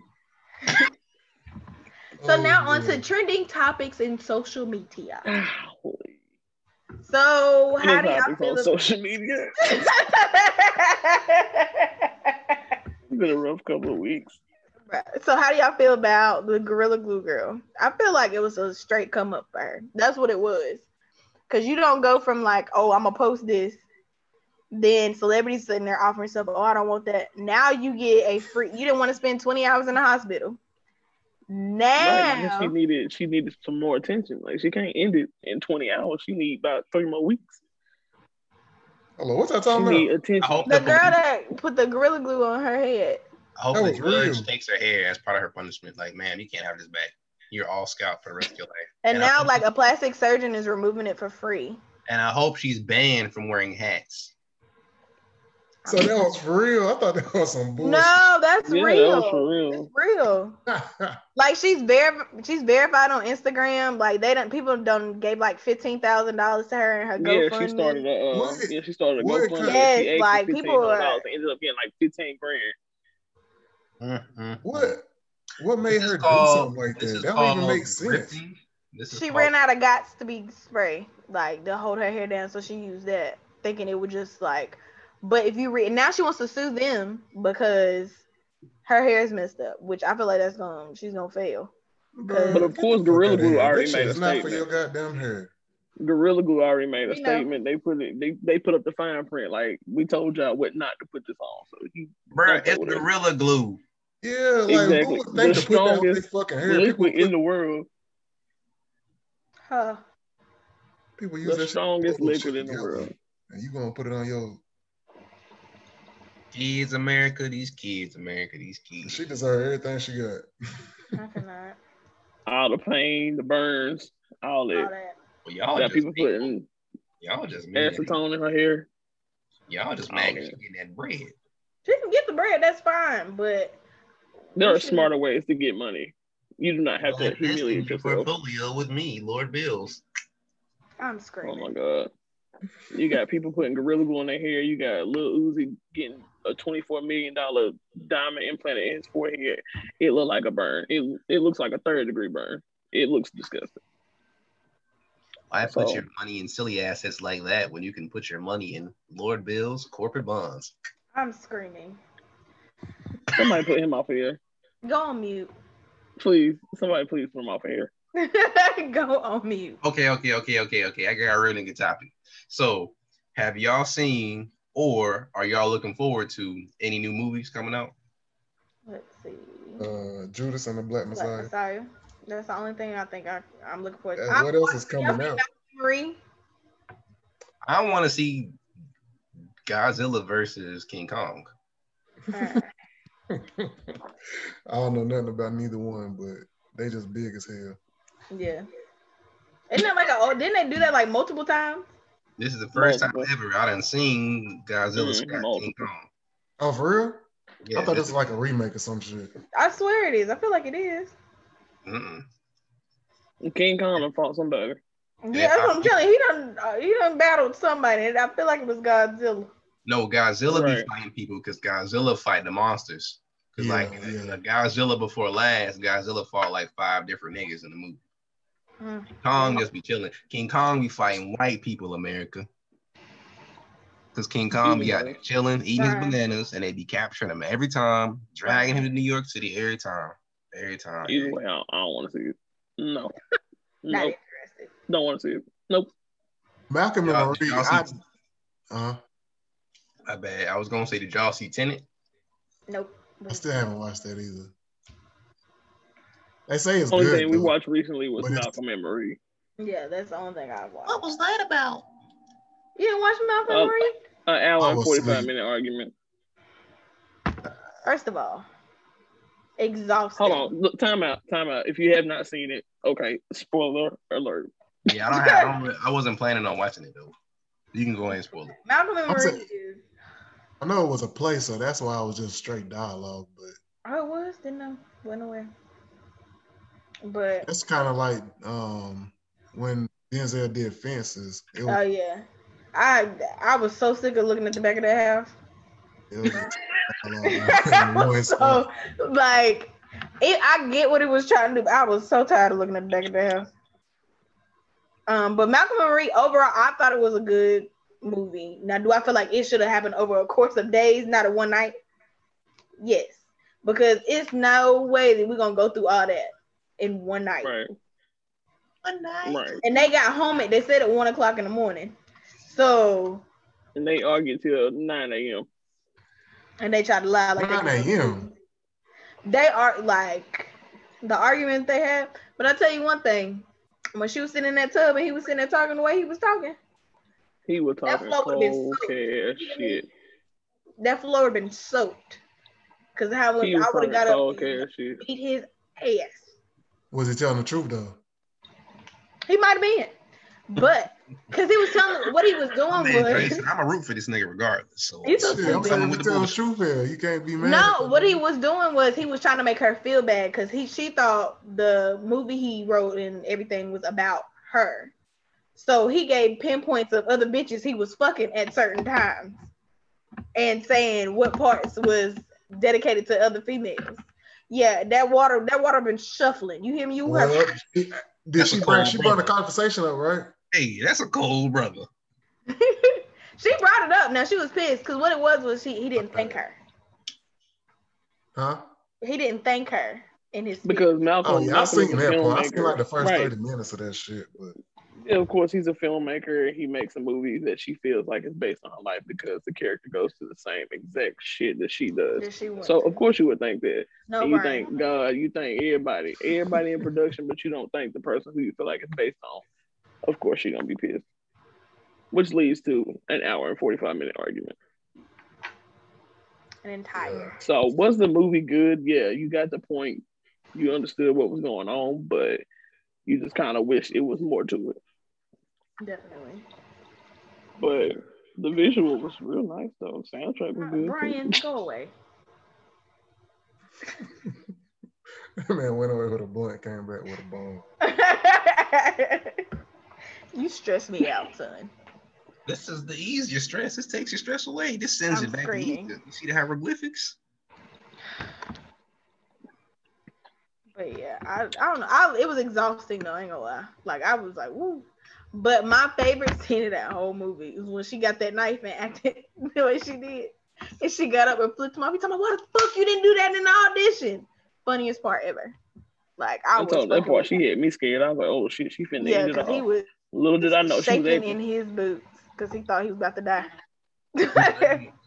Speaker 4: So
Speaker 5: Oh,
Speaker 4: now on to trending topics in social media.
Speaker 3: Holy
Speaker 4: So how do y'all
Speaker 3: topics
Speaker 4: feel?
Speaker 3: on
Speaker 4: about-
Speaker 3: social media. It's been a rough couple of weeks.
Speaker 4: so how do y'all feel about the Gorilla Glue girl? I feel like it was a straight come up for her. That's what it was. Cause you don't go from like, oh, I'm gonna post this, then celebrities sitting there offering stuff. Oh, I don't want that. Now you get a free. You didn't want to spend 20 hours in the hospital.
Speaker 3: Right, because
Speaker 4: Now
Speaker 3: she needed she needed some more attention. Like she can't end it in 20 hours. She need about three more weeks.
Speaker 5: Hello, what's that
Speaker 3: She
Speaker 5: talking
Speaker 3: need
Speaker 5: about?
Speaker 2: I
Speaker 3: attention.
Speaker 2: hope
Speaker 4: the
Speaker 2: the,
Speaker 4: girl that put the Gorilla Glue on her head.
Speaker 2: I hope
Speaker 5: That
Speaker 2: the
Speaker 5: was
Speaker 2: judge
Speaker 5: real.
Speaker 2: takes her hair as part of her punishment. Like, man, you can't have this back. You're all scalp for the rest of your life.
Speaker 4: And
Speaker 2: Yeah.
Speaker 4: now, like, a plastic surgeon is removing it for free.
Speaker 2: And I hope she's banned from wearing hats.
Speaker 5: So that was for real. I thought that was some bullshit.
Speaker 4: No, that's
Speaker 3: Yeah,
Speaker 4: real.
Speaker 3: that was for real.
Speaker 4: It's real. Like she's ver- she's verified on Instagram. Like they don't people don't gave like fifteen thousand dollars to her and her
Speaker 3: Yeah,
Speaker 4: GoFundMe.
Speaker 3: she started a uh,
Speaker 5: What?
Speaker 3: yeah, she started a
Speaker 5: What?
Speaker 3: GoFundMe.
Speaker 4: Yes,
Speaker 3: she asked
Speaker 4: like,
Speaker 3: for
Speaker 4: people
Speaker 3: $1,500
Speaker 4: are-
Speaker 3: and ended up getting like 15 grand.
Speaker 2: Mhm.
Speaker 5: what? What made
Speaker 2: This is
Speaker 5: her
Speaker 2: called-
Speaker 5: do something like
Speaker 2: this
Speaker 5: that?
Speaker 2: is
Speaker 5: That don't even
Speaker 2: called
Speaker 5: make sense.
Speaker 2: grifting. This is
Speaker 4: she
Speaker 2: called-
Speaker 4: ran out of gots to be spray, like to hold her hair down, so she used that, thinking it would just like. But if you read now, she wants to sue them because her hair is messed up, which I feel like that's gonna she's gonna fail.
Speaker 5: Bruh,
Speaker 4: But
Speaker 3: of
Speaker 5: get
Speaker 3: course,
Speaker 5: the fuck
Speaker 3: Gorilla
Speaker 5: outta
Speaker 3: Glue
Speaker 5: here.
Speaker 3: already
Speaker 5: That
Speaker 3: made
Speaker 5: shit
Speaker 3: a
Speaker 5: is not for your
Speaker 3: statement.
Speaker 5: goddamn hair.
Speaker 3: Gorilla Glue already made a
Speaker 4: You know.
Speaker 3: statement. They put it they, they put up the fine print. Like we told y'all what not to put this on. So you
Speaker 2: Bruh,
Speaker 3: Okay,
Speaker 2: it's
Speaker 3: whatever.
Speaker 2: gorilla glue.
Speaker 5: Yeah, like who
Speaker 3: Exactly.
Speaker 5: would think
Speaker 3: The
Speaker 5: to put that on their
Speaker 3: strongest
Speaker 5: fucking hair? People,
Speaker 3: liquid in the world,
Speaker 4: Huh.
Speaker 5: people use
Speaker 3: the
Speaker 5: that shit
Speaker 3: strongest
Speaker 5: bullshit
Speaker 3: liquid in the
Speaker 5: together.
Speaker 3: world.
Speaker 5: and you gonna put it on your.
Speaker 2: Kids, America, these kids, America, these kids.
Speaker 5: She deserve everything she got.
Speaker 4: I cannot.
Speaker 3: All the pain, the burns, all
Speaker 4: All
Speaker 3: that.
Speaker 4: that.
Speaker 2: Well, y'all
Speaker 3: Got
Speaker 2: just,
Speaker 3: people
Speaker 2: mean-
Speaker 3: putting
Speaker 2: y'all just mean that-
Speaker 3: acetone in her hair.
Speaker 2: y'all just
Speaker 3: Oh,
Speaker 2: mad
Speaker 3: yeah.
Speaker 2: 'cause she getting that bread.
Speaker 4: She can get the bread. That's fine, but
Speaker 3: There
Speaker 4: You
Speaker 3: are
Speaker 4: should-
Speaker 3: smarter ways to get money. You do not have
Speaker 2: Well,
Speaker 3: to
Speaker 2: invest in
Speaker 3: humiliate
Speaker 2: your
Speaker 3: yourself.
Speaker 2: Portfolio with me, Lord Bills.
Speaker 4: I'm
Speaker 3: Oh
Speaker 4: screaming.
Speaker 3: my god. You got people putting gorilla glue on their hair. You got Lil Uzi getting a twenty-four million dollar diamond implant in his forehead. It looked like a burn. It it looks like a third degree burn. It looks disgusting.
Speaker 2: Why put
Speaker 3: So-
Speaker 2: your money in silly assets like that when you can put your money in Lord Bills, corporate bonds?
Speaker 4: I'm screaming.
Speaker 3: Somebody put him off of here,
Speaker 4: Go on mute.
Speaker 3: please. Somebody please put him off of here.
Speaker 4: Go on mute.
Speaker 2: Okay, okay, okay, okay, okay. I got a really good topic. So, have y'all seen or are y'all looking forward to any new movies coming out?
Speaker 4: Let's see.
Speaker 5: Uh, Judas and the Black
Speaker 4: Black
Speaker 5: Messiah.
Speaker 4: Messiah. That's the only thing I think I, I'm looking forward to.
Speaker 5: Uh, what else is coming out?
Speaker 4: Three.
Speaker 2: I want to see Godzilla versus King Kong.
Speaker 4: Uh,
Speaker 5: I don't know nothing about neither one, but they just big as hell.
Speaker 4: yeah. Isn't that like a? Oh, didn't they do that like multiple times?
Speaker 2: This is the first time
Speaker 3: Multiple.
Speaker 2: ever I done seen Godzilla
Speaker 3: Mm,
Speaker 2: Scott King
Speaker 3: multiple.
Speaker 2: Kong.
Speaker 5: Oh, for real?
Speaker 2: Yeah,
Speaker 5: I thought it
Speaker 2: this-
Speaker 5: was like a remake or some shit.
Speaker 4: I swear it is. I feel like it is.
Speaker 2: mm-mm.
Speaker 3: King Kong done fought somebody.
Speaker 4: Yeah, that's what I'm telling you. He done uh, he done battled somebody, and I feel like it was Godzilla.
Speaker 2: no Godzilla
Speaker 3: Right.
Speaker 2: be fighting people because Godzilla fight the monsters. Cause
Speaker 5: Yeah,
Speaker 2: like in
Speaker 5: yeah.
Speaker 2: the Godzilla before last, Godzilla fought like five different niggas in the movie.
Speaker 4: Mm.
Speaker 2: Kong just be chilling. King Kong be fighting white people, America. Cause King Kong be out there chilling, eating his
Speaker 4: Right.
Speaker 2: bananas, and they be capturing him every time, dragging him to New York City every time, every time.
Speaker 3: Either way, I don't, I don't want to see it. No.
Speaker 4: Not
Speaker 3: Nope.
Speaker 4: interested.
Speaker 3: Don't want to see it.
Speaker 5: Malcolm and
Speaker 2: Y'all-
Speaker 5: Marie.
Speaker 2: y'all
Speaker 5: I,
Speaker 2: see-
Speaker 5: uh,
Speaker 2: I bet. I was gonna say, did y'all see Tenet?
Speaker 4: Nope.
Speaker 5: I still haven't watched that either. They say it's
Speaker 3: Only
Speaker 5: good.
Speaker 3: thing we
Speaker 5: though.
Speaker 3: watched recently was
Speaker 5: But it's-
Speaker 3: Malcolm and Marie.
Speaker 4: Yeah, that's the only thing I've watched.
Speaker 6: What was that about?
Speaker 4: You didn't watch Malcolm
Speaker 3: Oh.
Speaker 4: Marie?
Speaker 3: An hour and
Speaker 5: was
Speaker 3: 45
Speaker 5: asleep.
Speaker 3: minute argument.
Speaker 4: First of all, exhausting.
Speaker 3: Hold on. Look, time out. Time out. If you have not seen it, okay, spoiler alert.
Speaker 2: Yeah, I don't have. I, don't, really- I wasn't planning on watching it though. You can go ahead and spoil it.
Speaker 4: Malcolm and
Speaker 5: I'm
Speaker 4: Marie
Speaker 5: saying-
Speaker 4: is.
Speaker 5: I know it was a play, so that's why I was just straight dialogue. But
Speaker 4: Oh, it was. Didn't know. Went away. But
Speaker 5: that's kind of like um when Denzel did Fences. It was,
Speaker 4: oh yeah, I I was so sick of looking at the back of the house.
Speaker 5: it was a Oh,
Speaker 4: I
Speaker 5: dialogue. uh,
Speaker 4: was so like, it, I get what it was trying to do. But I was so tired of looking at the back of the house. Um, but Malcolm and Marie overall, I thought it was a good movie. Now, do I feel like it should have happened over a course of days, not a one night? Yes, because it's no way that we're gonna go through all that in one night.
Speaker 3: Right.
Speaker 6: One night.
Speaker 3: Right.
Speaker 4: And they got home at they said at one o'clock in the morning. So
Speaker 3: And they argued till 9 a.m.
Speaker 4: and they tried to lie like they-
Speaker 5: 9 a.m.
Speaker 4: they are like the argument they had. But I tell you one thing, when she was sitting in that tub and he was sitting there talking the way he was talking,
Speaker 3: He was
Speaker 4: That
Speaker 3: talking
Speaker 4: fuck would've been
Speaker 3: cold
Speaker 4: so-
Speaker 3: cash shit.
Speaker 4: that floor had been soaked. Cause how would
Speaker 3: He
Speaker 4: I
Speaker 3: was
Speaker 4: would have
Speaker 3: talking
Speaker 4: got
Speaker 3: cold
Speaker 4: up
Speaker 3: cash
Speaker 4: and
Speaker 3: shit.
Speaker 4: beat his ass.
Speaker 5: Was he telling the truth though?
Speaker 4: He might have been, but because he was telling what he was doing
Speaker 2: Man,
Speaker 4: was
Speaker 2: Jason, I'm a root for this nigga regardless. So
Speaker 4: Oh, He's a
Speaker 5: Shit,
Speaker 4: stupid.
Speaker 5: I'm saying
Speaker 2: Someone
Speaker 5: you
Speaker 2: with the
Speaker 5: tell the
Speaker 2: bullshit.
Speaker 5: truth here. You can't be mad.
Speaker 4: No, what he was doing was he was trying to make her feel bad because he she thought the movie he wrote and everything was about her. So he gave pinpoints of other bitches he was fucking at certain times and saying what parts was dedicated to other females. Yeah, that water that water been shuffling. You hear me? You heard
Speaker 5: Well, did
Speaker 2: That's
Speaker 5: she
Speaker 2: a
Speaker 5: bring
Speaker 2: cold
Speaker 5: she brought the
Speaker 2: brother.
Speaker 5: conversation up, right?
Speaker 2: hey, that's a cold brother.
Speaker 4: she brought it up. Now she was pissed because what it was was she he didn't thank her.
Speaker 5: Huh?
Speaker 4: He didn't thank her in his speech.
Speaker 3: Because Malcolm,
Speaker 5: Oh yeah, I
Speaker 3: Malcolm
Speaker 5: seen
Speaker 3: is a
Speaker 5: that part. I seen
Speaker 3: filmmaker.
Speaker 5: like the first
Speaker 3: right.
Speaker 5: 30 minutes of that shit, but
Speaker 3: And of course, he's a filmmaker. He makes a movie that she feels like is based on her life because the character goes through the same exact shit that she does.
Speaker 4: that she went
Speaker 3: So
Speaker 4: through.
Speaker 3: of course you would think that.
Speaker 4: no
Speaker 3: And you
Speaker 4: Brian.
Speaker 3: think God, you think everybody, everybody in production, but you don't think the person who you feel like it's based on. Of course you're gonna be pissed. Which leads to an hour and forty five minute argument.
Speaker 4: an entire.
Speaker 3: So was the movie good? Yeah, you got the point. You understood what was going on, but you just kind of wish it was more to it.
Speaker 4: Definitely.
Speaker 3: But the visual was real nice though. Soundtrack was good.
Speaker 4: Uh, Brian, go away.
Speaker 5: yeah. man went away with a blunt, came back with a bone.
Speaker 4: you stress me out, son.
Speaker 2: This is the ease. Your stress. This takes your stress away. This sends
Speaker 4: I'm
Speaker 2: it back
Speaker 4: screaming.
Speaker 2: to Egypt. You see the hieroglyphics?
Speaker 4: But yeah, I, I don't know. I, it was exhausting though. I ain't gonna lie. Like I was like, woo. But my favorite scene of that whole movie is when she got that knife and acted the way she did, and she got up and flipped him off. He talking about why the fuck you didn't do that in the audition? Funniest part ever. Like I,
Speaker 3: I
Speaker 4: was.
Speaker 3: told that
Speaker 4: fucking
Speaker 3: part
Speaker 4: with
Speaker 3: she had me scared. I was like, oh shit, she finna
Speaker 4: Yeah,
Speaker 3: eat it
Speaker 4: because
Speaker 3: all.
Speaker 4: he was
Speaker 3: Little did I know she
Speaker 4: shaking
Speaker 3: was
Speaker 4: in
Speaker 3: acting.
Speaker 4: his boots because he thought he was about to die.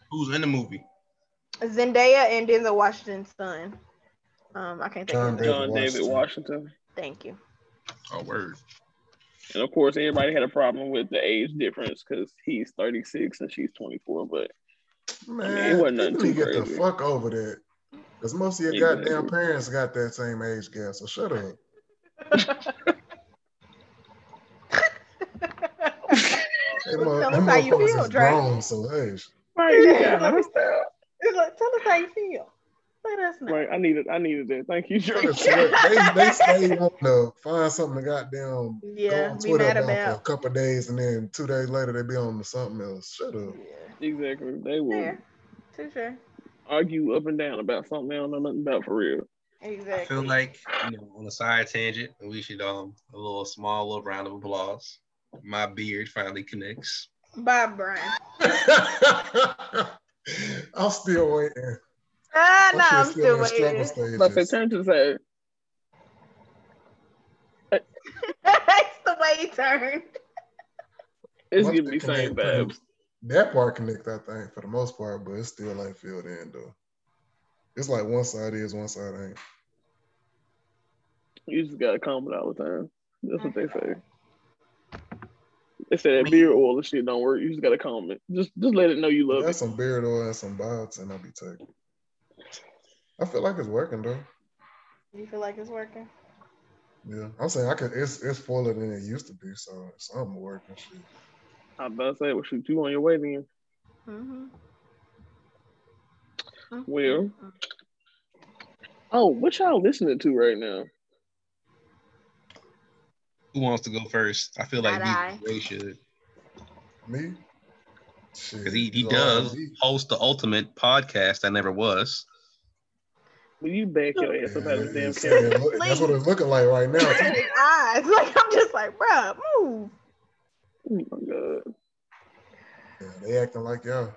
Speaker 2: Who's in the movie?
Speaker 4: Zendaya and Denzel Washington's son. Um, I can't think
Speaker 5: John
Speaker 4: of his name.
Speaker 5: David.
Speaker 3: John David Washington.
Speaker 4: Thank you.
Speaker 2: Oh, word.
Speaker 3: And of course, everybody had a problem with the age difference because he's 36 and she's 24. But it
Speaker 5: Man,
Speaker 3: wasn't nothing
Speaker 5: people
Speaker 3: too
Speaker 5: need to get the
Speaker 3: crazy.
Speaker 5: fuck over that. Because most of your
Speaker 3: Exactly.
Speaker 5: goddamn parents got that same age gap, so shut up. They mo-
Speaker 4: Tell
Speaker 5: them
Speaker 4: us how you
Speaker 5: motherfuckers
Speaker 4: feel,
Speaker 5: is
Speaker 4: Drake.
Speaker 5: grown, so hey, sh-
Speaker 3: right, yeah,
Speaker 4: Let me
Speaker 3: understand.
Speaker 4: It's like, tell us how you feel. Let us know.
Speaker 3: right, I needed, I needed that. Thank you, Drake.
Speaker 5: they, they stay wanting to find something to goddamn go
Speaker 4: Yeah,
Speaker 5: on
Speaker 4: be
Speaker 5: Twitter
Speaker 4: mad
Speaker 5: about for a
Speaker 4: about.
Speaker 5: couple of days, and then two days later they be on to something else. Shut up.
Speaker 4: Yeah.
Speaker 3: Exactly. They will.
Speaker 4: Fair. Too sure.
Speaker 3: argue up and down about something I don't know nothing about for real.
Speaker 2: I
Speaker 4: Exactly.
Speaker 2: feel like you know, on a side tangent, we should um a little small little round of applause. My beard finally connects.
Speaker 4: Bye, Brian.
Speaker 5: I'm still waiting.
Speaker 4: Ah, no,
Speaker 5: My shit's
Speaker 4: I'm still
Speaker 5: in struggle
Speaker 4: waiting.
Speaker 5: stages.
Speaker 3: But they turn to say,
Speaker 4: That's the way he turned.
Speaker 3: it's
Speaker 5: Must
Speaker 3: giving me
Speaker 5: be
Speaker 3: same
Speaker 5: connected.
Speaker 3: vibes.
Speaker 5: That part connect, I think, for the most part, but it's still like filled in though. It's like one side is, one side ain't.
Speaker 3: You just gotta calm it all the time. That's what they say. They say that beer oil and shit don't work. You just gotta calm it. Just just let it know you love
Speaker 5: That's
Speaker 3: it.
Speaker 5: some beard oil and some bots, and I'll be taking. I feel like it's working though.
Speaker 4: You feel like it's working?
Speaker 5: Yeah, I'm saying I could. It's it's fuller than it used to be, so something working. Shit.
Speaker 3: I'm about to say, well, shoot, you on your way then.
Speaker 4: Mm-hmm.
Speaker 3: Well. Oh, what y'all listening to right now?
Speaker 2: Who wants to go first? I feel like
Speaker 4: Not I.
Speaker 2: we should
Speaker 5: Me, shit.
Speaker 2: because he, he
Speaker 5: it's
Speaker 2: does
Speaker 5: R&B.
Speaker 2: host the ultimate podcast that never was.
Speaker 3: Will you back your ass up out of the
Speaker 5: Yeah,
Speaker 3: damn
Speaker 5: it's-
Speaker 3: camera?
Speaker 5: it look- that's what it's looking like right now. too.
Speaker 4: his Mm-hmm. eyes. Like I'm just like, bruh, move.
Speaker 3: Oh my god.
Speaker 5: Yeah, they acting like y'all.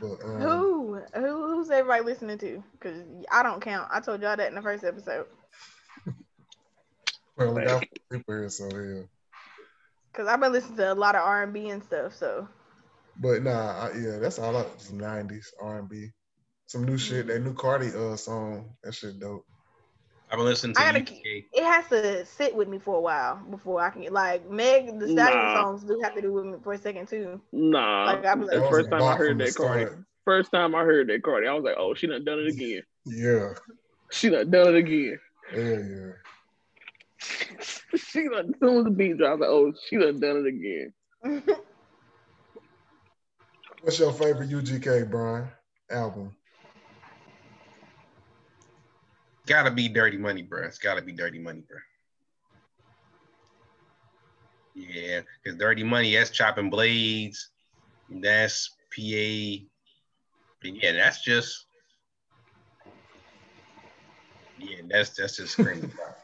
Speaker 5: But um,
Speaker 4: Who? Who? Who's everybody listening to? Because I don't count. I told y'all that in the first episode.
Speaker 5: we only got four people here, so yeah.
Speaker 4: Because I've been listening to a lot of R and B and stuff. So
Speaker 5: But nah, I, yeah, that's all. I, it's '90s R&B, some new shit. That new Cardi uh song, that shit dope.
Speaker 2: I've been listening to E
Speaker 4: I gotta
Speaker 2: UK.
Speaker 4: it has to sit with me for a while before I can like Meg. The Stallion
Speaker 3: Nah. Uh,
Speaker 4: songs do have to do with me for a second too.
Speaker 3: Nah.
Speaker 4: Like, I be
Speaker 3: the
Speaker 4: like-
Speaker 5: was
Speaker 3: first
Speaker 5: a
Speaker 3: time I
Speaker 5: bop
Speaker 3: heard
Speaker 5: from the
Speaker 3: that Cardi.
Speaker 5: start.
Speaker 3: First time I heard that Cardi, I was like, oh, she done done it again.
Speaker 5: Yeah,
Speaker 3: She done done it again.
Speaker 5: yeah, yeah.
Speaker 3: she done, as soon as the beat drops, I was like, oh, she done done it again.
Speaker 5: What's your favorite UGK Brian album?
Speaker 2: Gotta be Dirty Money, bro. It's gotta be Dirty Money, bro. Yeah, because Dirty Money, that's chopping blades. That's PA. But yeah, that's just. Yeah, that's that's just screaming. fire.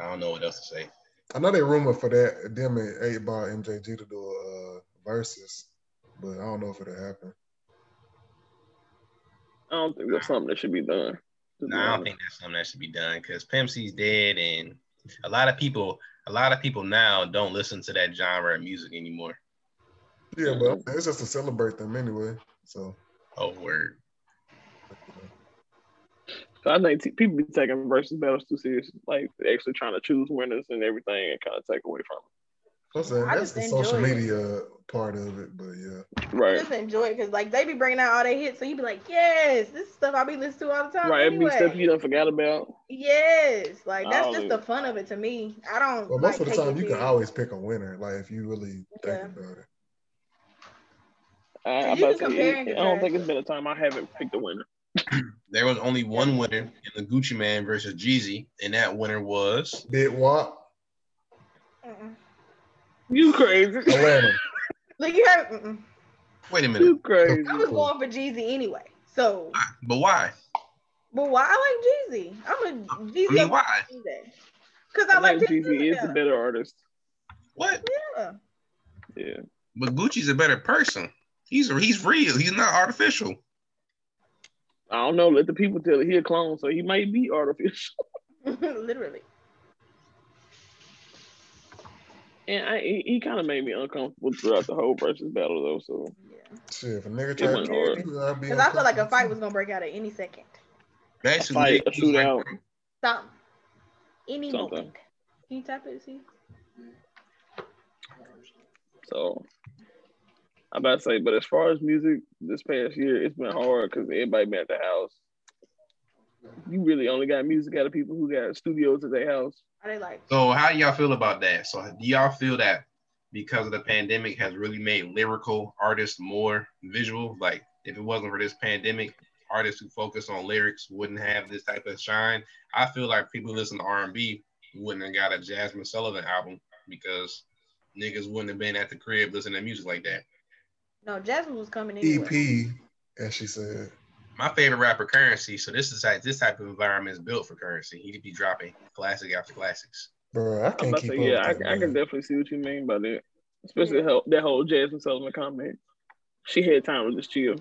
Speaker 2: I don't know what else to say.
Speaker 5: I know they rumor for that them and Eight Ball MJG to do a uh, versus, but I don't know if it'll happen.
Speaker 3: I don't think that's something that should be done.
Speaker 2: No, I don't think that's something that should be done because Pimp C's dead, and a lot of people, a lot of people now don't listen to that genre of music anymore.
Speaker 5: Yeah, but it's just to celebrate them anyway. So
Speaker 2: Oh word.
Speaker 3: So I think t- people be taking versus battles too serious, like actually trying to choose winners and everything, and kind of take away from
Speaker 5: I'm saying
Speaker 4: I just
Speaker 5: that's the social
Speaker 4: enjoy it.
Speaker 5: media part of it, but yeah,
Speaker 3: it. Right,
Speaker 4: just enjoy it because like they be bringing out all their hits, so you be like, yes, this is stuff I be listening to all the time.
Speaker 3: right. It'd be
Speaker 4: Anyway.
Speaker 3: stuff you done forgot about.
Speaker 4: Yes, like that's
Speaker 3: Oh.
Speaker 4: just the fun of it to me. I don't.
Speaker 5: well, most
Speaker 4: like,
Speaker 5: of the
Speaker 4: take
Speaker 5: time
Speaker 4: it
Speaker 5: you can
Speaker 4: serious.
Speaker 5: always pick a winner, like if you really
Speaker 4: Yeah.
Speaker 5: think about it.
Speaker 3: I, I,
Speaker 4: You
Speaker 3: about
Speaker 4: can
Speaker 3: to
Speaker 4: compare
Speaker 3: say,
Speaker 4: and
Speaker 3: I don't
Speaker 4: contrast.
Speaker 3: think it's been a time I haven't picked a winner.
Speaker 2: There was only one winner in the Gucci Man versus Jeezy, and that winner was
Speaker 5: Big Wop,
Speaker 4: Mm-mm.
Speaker 3: You crazy?
Speaker 5: Atlanta.
Speaker 4: Look, you heard. Mm-mm.
Speaker 2: wait a minute,
Speaker 3: you crazy?
Speaker 4: I was going for Jeezy anyway. So,
Speaker 2: but why?
Speaker 4: but why I like Jeezy? I'm a Jeezy.
Speaker 2: I mean, why?
Speaker 4: Because I
Speaker 3: I
Speaker 4: like
Speaker 3: think
Speaker 4: Jeezy.
Speaker 3: Jeezy is a better artist.
Speaker 2: What?
Speaker 4: Yeah.
Speaker 3: Yeah,
Speaker 2: But Gucci's a better person. He's he's real. He's not artificial.
Speaker 3: I don't know. Let the people tell it. He a clone, so he might be artificial.
Speaker 4: Literally.
Speaker 3: And I, he, he kind of made me uncomfortable throughout the whole versus battle, though. So
Speaker 5: Shit, if a nigga
Speaker 3: It
Speaker 5: tried
Speaker 3: went
Speaker 5: to
Speaker 3: hard.
Speaker 5: you, I'd be
Speaker 4: Because I felt like a fight was gonna break out at any second.
Speaker 2: That's who
Speaker 3: A fight,
Speaker 2: they-
Speaker 3: a shootout.
Speaker 4: Something. Any
Speaker 3: Something.
Speaker 4: moment. Can you type it? See.
Speaker 3: So I'm about to say, but as far as music this past year, it's been hard because everybody been at the house. You really only got music out of people who got studios at their house.
Speaker 4: Are they like?
Speaker 2: So how do y'all feel about that? So do y'all feel that because of the pandemic has really made lyrical artists more visual? Like if it wasn't for this pandemic, artists who focus on lyrics wouldn't have this type of shine. I feel like people who listen to R&B wouldn't have got a Jasmine Sullivan album because niggas wouldn't have been at the crib listening to music like that.
Speaker 5: E
Speaker 4: No, Jasmine was coming in.
Speaker 5: EP, as she said.
Speaker 2: my favorite rapper, Currency. So this is like this type of environment is built for Currency. He could be dropping classic after classics.
Speaker 5: Bro, I
Speaker 3: I'm
Speaker 5: can't
Speaker 3: about
Speaker 5: keep
Speaker 3: to
Speaker 5: up.
Speaker 3: say, yeah, I,
Speaker 5: with that,
Speaker 3: I can
Speaker 5: man.
Speaker 3: definitely see what you mean by that. Especially that whole- that whole Jasmine Sullivan comment. She had time to just chill.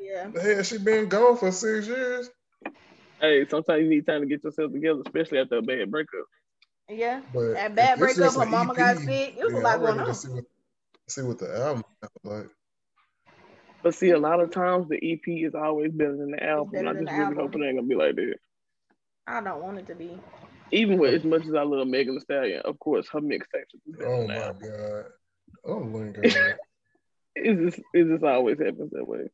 Speaker 4: Yeah.
Speaker 5: Hell, she been gone for six years.
Speaker 3: Hey, sometimes you need time to get yourself together, especially after a bad breakup.
Speaker 4: Yeah.
Speaker 5: But
Speaker 4: That
Speaker 5: if
Speaker 4: bad
Speaker 5: this E
Speaker 4: breakup,
Speaker 5: was
Speaker 4: her
Speaker 5: an
Speaker 4: mama
Speaker 5: EP,
Speaker 4: got sick. It was a
Speaker 5: yeah, I'm
Speaker 4: lot going
Speaker 5: ready to
Speaker 4: on.
Speaker 5: See what, see what the album sounds like.
Speaker 3: But see, a lot of times the EP is always better than the album.
Speaker 4: better
Speaker 3: I
Speaker 4: than
Speaker 3: just
Speaker 4: the
Speaker 3: really hope it
Speaker 4: album.
Speaker 3: ain't gonna be like that.
Speaker 4: I don't want it to be.
Speaker 3: Even with as much as I love Megan Thee Stallion, of course, her mixtapes is better
Speaker 5: Oh
Speaker 3: than the
Speaker 5: my
Speaker 3: album.
Speaker 5: god. Oh my god.
Speaker 3: It just it just always happens that way.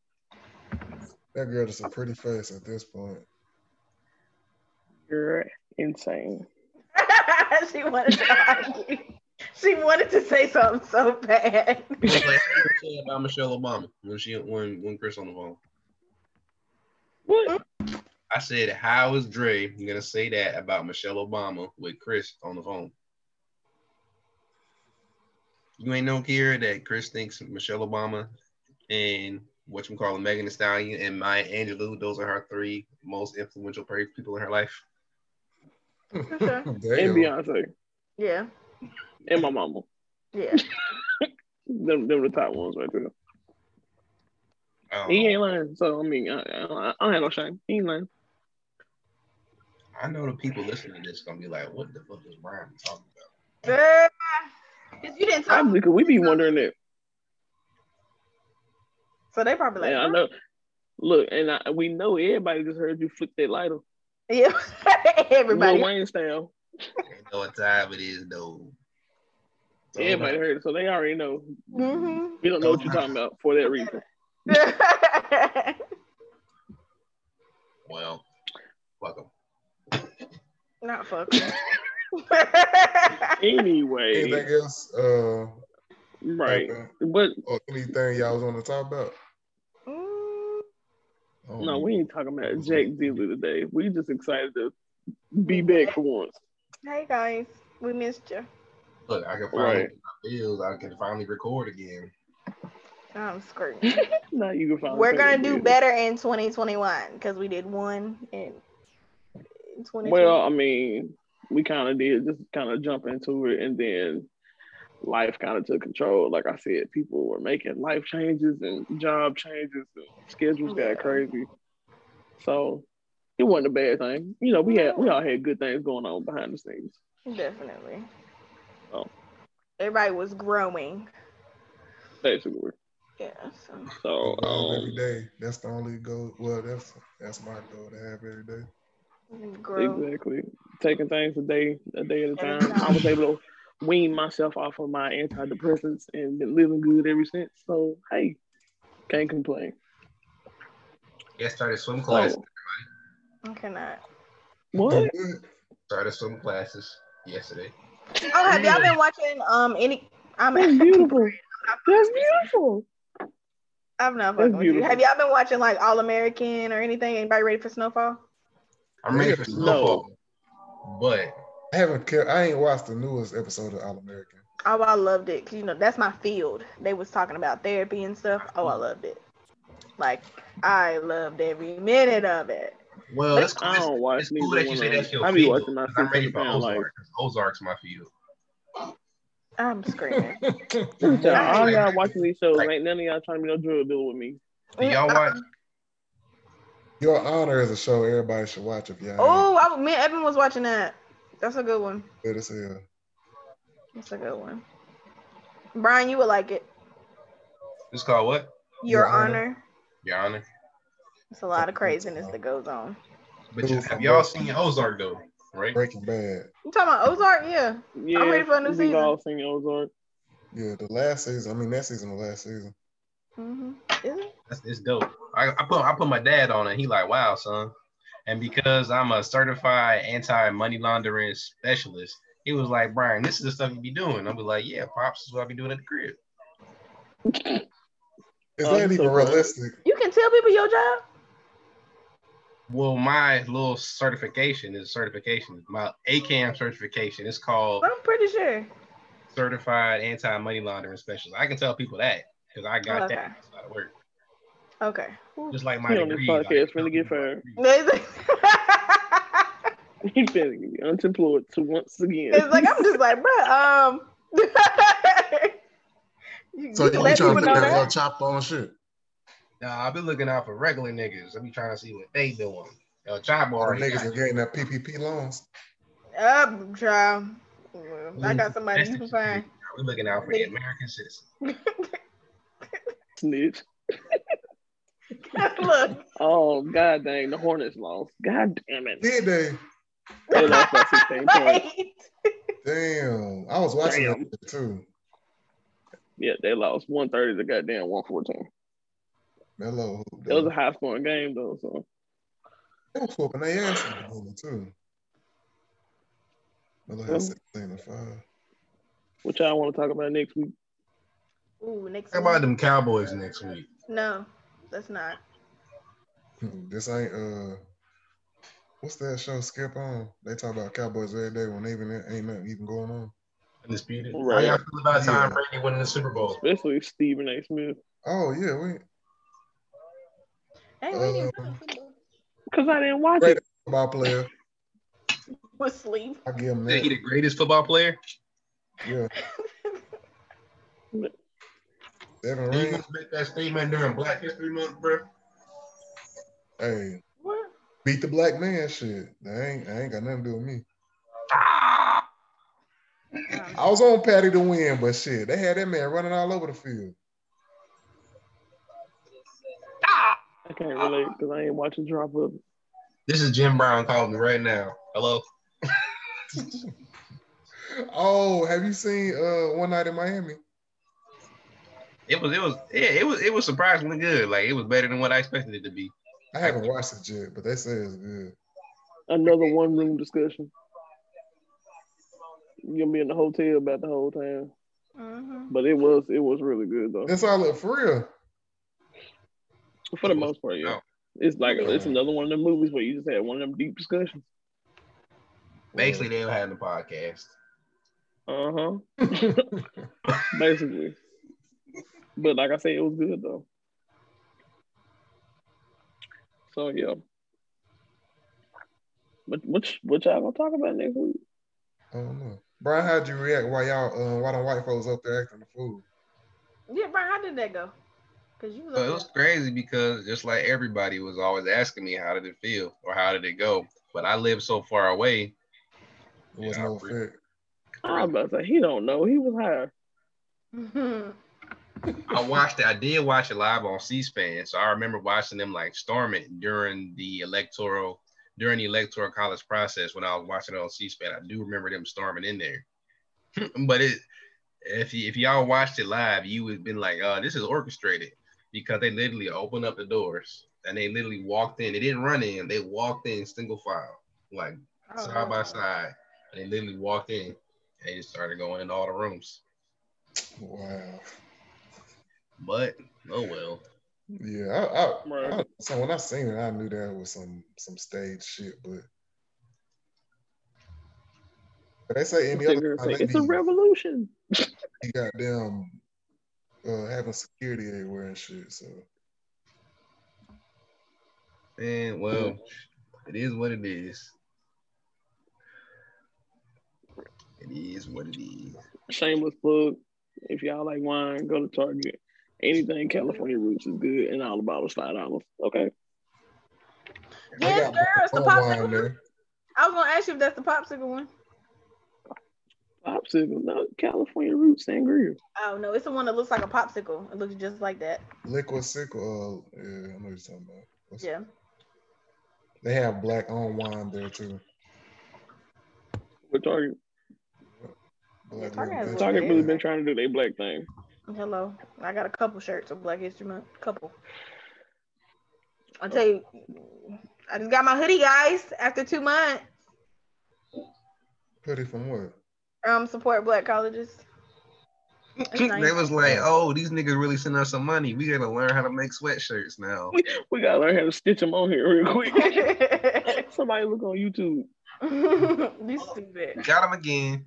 Speaker 5: that girl is a pretty face at this point.
Speaker 3: You're insane.
Speaker 4: she wanted to argue. She wanted to say something so bad.
Speaker 2: It was like saying about Michelle Obama when she when when Chris on the phone.
Speaker 3: What?
Speaker 2: I said, how is Dre gonna say that about Michelle Obama with Chris on the phone? You ain't no care that Chris thinks Michelle Obama and what you call Megan Thee Stallion and Maya Angelou, those are her three most influential per- people in her life.
Speaker 4: sure.
Speaker 3: And
Speaker 5: Damn.
Speaker 3: Beyonce
Speaker 4: Yeah.
Speaker 3: and my mama.
Speaker 4: Yeah.
Speaker 3: Them, them the top ones right there.
Speaker 2: Um,
Speaker 3: He
Speaker 5: Oh.
Speaker 3: ain't lying. So I mean, I, I, I don't have no shame. He ain't lying.
Speaker 2: I know the people listening to this gonna be like, what the fuck is Brian talking about?
Speaker 4: Because you didn't talk.
Speaker 3: Obviously, 'cause we be wondering that.
Speaker 4: So they probably like,
Speaker 3: And I know. Look, and I, we know everybody just heard you flick that lighter.
Speaker 4: yeah, everybody.
Speaker 3: Lil Wayne style.
Speaker 2: They know what time it is though.
Speaker 5: Uh-huh.
Speaker 3: Everybody heard it, so they already know.
Speaker 4: Mhm.
Speaker 3: We don't know what you're talking about for that reason.
Speaker 4: Mm-hmm.
Speaker 2: Well, fuck 'em.
Speaker 4: Not fucking.
Speaker 3: Anyway,
Speaker 5: Anything else? Uh,
Speaker 3: right?
Speaker 5: Or,
Speaker 3: But
Speaker 5: or anything y'all was on the talk about?
Speaker 4: Mm,
Speaker 5: Oh,
Speaker 3: no, we ain't talking about Jack Dillon today. We just excited to be back for once.
Speaker 4: hey guys, we missed you.
Speaker 2: Look, I can finally
Speaker 3: Right.
Speaker 2: pay my bills. I can finally record again.
Speaker 4: I'm screaming.
Speaker 3: Now you can find.
Speaker 4: We're gonna do better in 2021 because we did one in, in 2020.
Speaker 3: Well, I mean, we kind of did just kind of jump into it, and then life kind of took control. Like I said, people were making life changes and job changes, and schedules
Speaker 4: Yeah.
Speaker 3: got crazy. So it wasn't a bad thing. You know, we had we all had good things going on behind the scenes.
Speaker 4: definitely.
Speaker 3: Oh.
Speaker 4: Everybody was growing.
Speaker 3: basically.
Speaker 4: Yeah. So.
Speaker 3: So
Speaker 5: Evolve every
Speaker 3: um,
Speaker 5: day. That's the only goal. Well, that's that's my goal to have every day.
Speaker 4: Grow.
Speaker 3: um, exactly, taking things a day a day at a
Speaker 4: Every
Speaker 3: time. I
Speaker 4: time.
Speaker 3: was able to wean myself off of my antidepressants and been living good ever since. So hey, can't complain.
Speaker 2: Yeah, started swim classes.
Speaker 3: So,
Speaker 4: I cannot.
Speaker 2: Mm.
Speaker 3: what?
Speaker 2: Started swim classes yesterday.
Speaker 4: Oh, have y'all been watching um any? I'm
Speaker 3: That's beautiful. That's beautiful.
Speaker 4: I'm not
Speaker 3: That's
Speaker 4: fucking with you.
Speaker 3: beautiful.
Speaker 4: Have y'all been watching like All American or anything? Anybody ready for Snowfall?
Speaker 2: I'm ready for snowfall, but
Speaker 5: I haven't. Care, I ain't watched the newest episode of All American.
Speaker 4: Oh, I loved it. 'cause, you know, that's my field. They was talking about therapy and stuff. Oh, I loved it. Like, I loved every minute of it.
Speaker 2: well, Oh, that's cool.
Speaker 3: I
Speaker 2: It's,
Speaker 3: don't watch
Speaker 2: it's cool that you say that's your
Speaker 3: I be
Speaker 2: field.
Speaker 3: watching my
Speaker 2: I'm ready
Speaker 3: sister
Speaker 2: for
Speaker 3: down like
Speaker 2: Ozark. 'cause Ozark's my field.
Speaker 4: I'm screaming.
Speaker 3: look at y'all, all y'all
Speaker 2: Like-
Speaker 3: watching these shows.
Speaker 2: like-
Speaker 3: Ain't none of y'all trying to be no drug dealer with me.
Speaker 2: Do y'all watch?
Speaker 5: Your Honor is a show everybody should watch if y'all.
Speaker 4: oh, I, me and Evan was watching that. That's a good one.
Speaker 5: Good as hell.
Speaker 4: That's a good one. Brian, you would like it.
Speaker 2: It's called what?
Speaker 4: Your,
Speaker 5: Your Honor.
Speaker 4: Honor.
Speaker 2: Your Honor.
Speaker 4: It's a lot of craziness that goes on.
Speaker 2: But you- have y'all seen Ozark though? Right?
Speaker 5: Breaking Bad.
Speaker 4: You talking about Ozark? Yeah.
Speaker 3: Yeah,
Speaker 4: ready for a new
Speaker 3: we've
Speaker 4: season.
Speaker 3: all seen Ozark.
Speaker 5: Yeah, the last season. I mean, that season, the last season.
Speaker 4: Mm-hmm. Is it?
Speaker 2: That's, it's dope. I, I put I put my dad on it. He like, wow, son. And because I'm a certified anti money laundering specialist, he was like, Brian, this is the stuff you be doing. I was like, yeah, pops this is what I be doing at the crib.
Speaker 5: It's
Speaker 3: Oh,
Speaker 5: not even
Speaker 3: so good.
Speaker 5: realistic.
Speaker 4: You can tell people your job.
Speaker 2: Well, my little certification is certification. My ACAM certification is called
Speaker 4: I'm pretty sure.
Speaker 2: Certified Anti Money Laundering Specialist. I can tell people that because I got
Speaker 4: Okay.
Speaker 2: that outside of work.
Speaker 4: Okay. Whew.
Speaker 2: Just like my
Speaker 3: Oh, You know, this
Speaker 2: degree.
Speaker 3: podcast really get fired.
Speaker 4: it's
Speaker 3: He's been unemployed to once again.
Speaker 4: like I'm just like, bro. Um. you,
Speaker 5: So
Speaker 4: you
Speaker 5: you be
Speaker 4: let
Speaker 5: trying
Speaker 4: people
Speaker 5: to
Speaker 4: know
Speaker 5: figure out your
Speaker 4: that.
Speaker 5: chopper on shit.
Speaker 2: Nah, I've been looking out for regular niggas. I be trying to see what they doing. Yo, job
Speaker 5: All the
Speaker 2: already.
Speaker 5: niggas
Speaker 2: got
Speaker 5: are
Speaker 2: it.
Speaker 5: getting that PPP loans.
Speaker 4: Up, child. Mm, I got somebody
Speaker 2: That's
Speaker 4: you
Speaker 2: the
Speaker 4: can
Speaker 2: shit.
Speaker 4: find.
Speaker 2: We looking out for the American citizen.
Speaker 3: Snitch.
Speaker 4: Look.
Speaker 3: Oh god dang, the Hornets lost. God damn it.
Speaker 5: Did they?
Speaker 3: They lost by 16 points.
Speaker 4: Right.
Speaker 5: Damn. I was watching
Speaker 3: Damn.
Speaker 5: that shit too.
Speaker 3: Yeah, they lost 130 to goddamn 114.
Speaker 5: Melo.
Speaker 3: It was a high scoring game though, so
Speaker 5: They was whooping their ass in the game too. Melo had
Speaker 3: Well.
Speaker 5: 16 and 5.
Speaker 3: what y'all want to talk about next week?
Speaker 4: Ooh, next.
Speaker 2: How about
Speaker 4: week.
Speaker 2: them Cowboys next week?
Speaker 4: No, that's not.
Speaker 5: This ain't uh what's that show Skip on? They talk about Cowboys every day when even there ain't nothing even going on.
Speaker 2: Undisputed. How
Speaker 3: Right.
Speaker 2: y'all feel about Tom
Speaker 5: Yeah.
Speaker 2: Brady winning the Super Bowl?
Speaker 3: Especially Stephen A. Smith.
Speaker 5: Oh yeah, we
Speaker 4: Hey, we didn't
Speaker 5: Um,
Speaker 3: Because I didn't watch
Speaker 5: Right.
Speaker 3: it.
Speaker 5: football player.
Speaker 4: was sleep.
Speaker 5: I give him
Speaker 2: Is he
Speaker 5: that.
Speaker 2: the greatest football player?
Speaker 5: Yeah. Seven
Speaker 2: Are you
Speaker 5: rings.
Speaker 2: gonna make that statement during Black History Month, bro?
Speaker 5: Hey,
Speaker 4: What?
Speaker 5: beat the black man shit. That ain't I ain't got nothing to do with me.
Speaker 4: Um,
Speaker 5: I was on Patty to win, but shit, they had that man running all over the field.
Speaker 3: I can't relate because I ain't watching drop up.
Speaker 2: This is Jim Brown calling me right now. Hello.
Speaker 5: Oh, have you seen uh One Night in Miami?
Speaker 2: It was it was yeah, it was it was surprisingly good. Like it was better than what I expected it to be.
Speaker 5: I haven't watched it yet, but they say it's good.
Speaker 3: Another one room discussion. You're gonna be in the hotel about the whole time.
Speaker 4: mhm.
Speaker 3: But it was it was really good though.
Speaker 5: That's all it for real.
Speaker 3: For the most part, yeah.
Speaker 2: Oh.
Speaker 3: It's like it's
Speaker 5: Yeah.
Speaker 3: another one of them movies where you just had one of them deep discussions.
Speaker 2: Basically they were having a podcast.
Speaker 3: Uh huh. Basically. But like I said, it was good though. So yeah. But what y- what y'all gonna talk about next week?
Speaker 5: I don't know. Brian, how'd you react while y'all uh, why them white folks up there acting the fool?
Speaker 4: Yeah, Brian, how did that go? Cause you was
Speaker 2: So Uh, it
Speaker 4: up
Speaker 2: was crazy because just like everybody was always asking me how did it feel or how did it go? But I live so far away.
Speaker 5: It was
Speaker 2: Yeah,
Speaker 5: no
Speaker 2: I
Speaker 5: effect.
Speaker 3: I was about to say he don't know. He was high.
Speaker 4: there.
Speaker 2: I watched it. I did watch it live on C-SPAN, so I remember watching them like storm it during the electoral during the electoral college process when I was watching it on C-SPAN. I do remember them storming in there, but it if y- if y'all watched it live, you would have been like, "Oh, this is orchestrated," because they literally opened up the doors and they literally walked in. They didn't run in. They walked in single file, like
Speaker 4: Oh,
Speaker 2: side by
Speaker 4: Lord.
Speaker 2: side. And they literally walked in and they just started going in all the rooms.
Speaker 5: Wow.
Speaker 2: But oh well.
Speaker 5: Yeah, I, I,
Speaker 3: Right.
Speaker 5: I- so when I seen it, I knew that was some some stage shit, but, but they say any
Speaker 3: That
Speaker 5: other
Speaker 3: girl
Speaker 5: time
Speaker 3: say,
Speaker 5: they
Speaker 3: it's a
Speaker 5: be,
Speaker 3: revolution.
Speaker 5: be goddamn uh, having security everywhere and shit. So
Speaker 2: And well, it is what it is. It is what it is.
Speaker 3: Shameless plug. If y'all like wine, go to Target. Anything California roots is good, and all the bottles five dollars. Okay.
Speaker 5: They
Speaker 4: Oh, Yes,
Speaker 5: got
Speaker 4: girl, it's the
Speaker 5: one
Speaker 4: popsicle
Speaker 5: wine
Speaker 4: one.
Speaker 5: there.
Speaker 4: I was gonna ask you if that's the popsicle one.
Speaker 3: Popsicle, no California roots sangria.
Speaker 4: Oh no, it's the one that looks like a popsicle. It looks just like that.
Speaker 5: Liquid sickle. Uh, yeah, I know what you're talking about. What's-
Speaker 4: Yeah.
Speaker 5: They have black on wine there too.
Speaker 3: But Target,
Speaker 5: Black
Speaker 4: Target has
Speaker 5: Rebel.
Speaker 3: Target really been trying to do their black thing.
Speaker 4: Hello. I got a couple shirts of Black History Month. Couple. I'll tell you. I just got my hoodie, guys. After two months,
Speaker 5: Hoodie from what?
Speaker 4: um, support Black colleges. It's
Speaker 2: they
Speaker 4: nice.
Speaker 2: was like, oh, these niggas really sent us some money. We gotta learn how to make sweatshirts now.
Speaker 3: We, we gotta learn how to stitch them on here real quick. Somebody look on YouTube.
Speaker 4: you stupid.
Speaker 2: Got them again.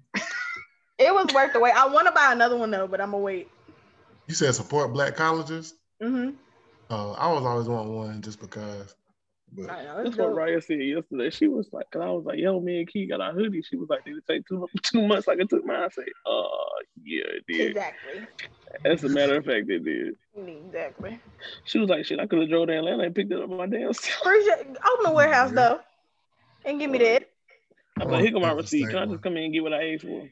Speaker 4: It was worth the wait. I want to buy another one though, but I'm gonna wait.
Speaker 5: You said support black colleges.
Speaker 4: hmm
Speaker 5: Uh, I was always want one just because. But
Speaker 4: I know,
Speaker 3: That's
Speaker 4: it's
Speaker 3: what
Speaker 4: dope.
Speaker 3: Raya said yesterday. She was like, cause I was like, yo, me and Key got our hoodie. She was like, did it take two, two months like it took mine? I said, uh, yeah, it did.
Speaker 4: Exactly.
Speaker 3: As a matter of fact, it did.
Speaker 4: Exactly.
Speaker 3: She was like, shit, I could have drove to Atlanta and picked it up my damn self.
Speaker 4: Appreciate open the warehouse though. And give me that.
Speaker 3: I'm like, here go my
Speaker 5: Oh,
Speaker 3: receipt. Can I
Speaker 5: same.
Speaker 3: just come in and get what I asked for?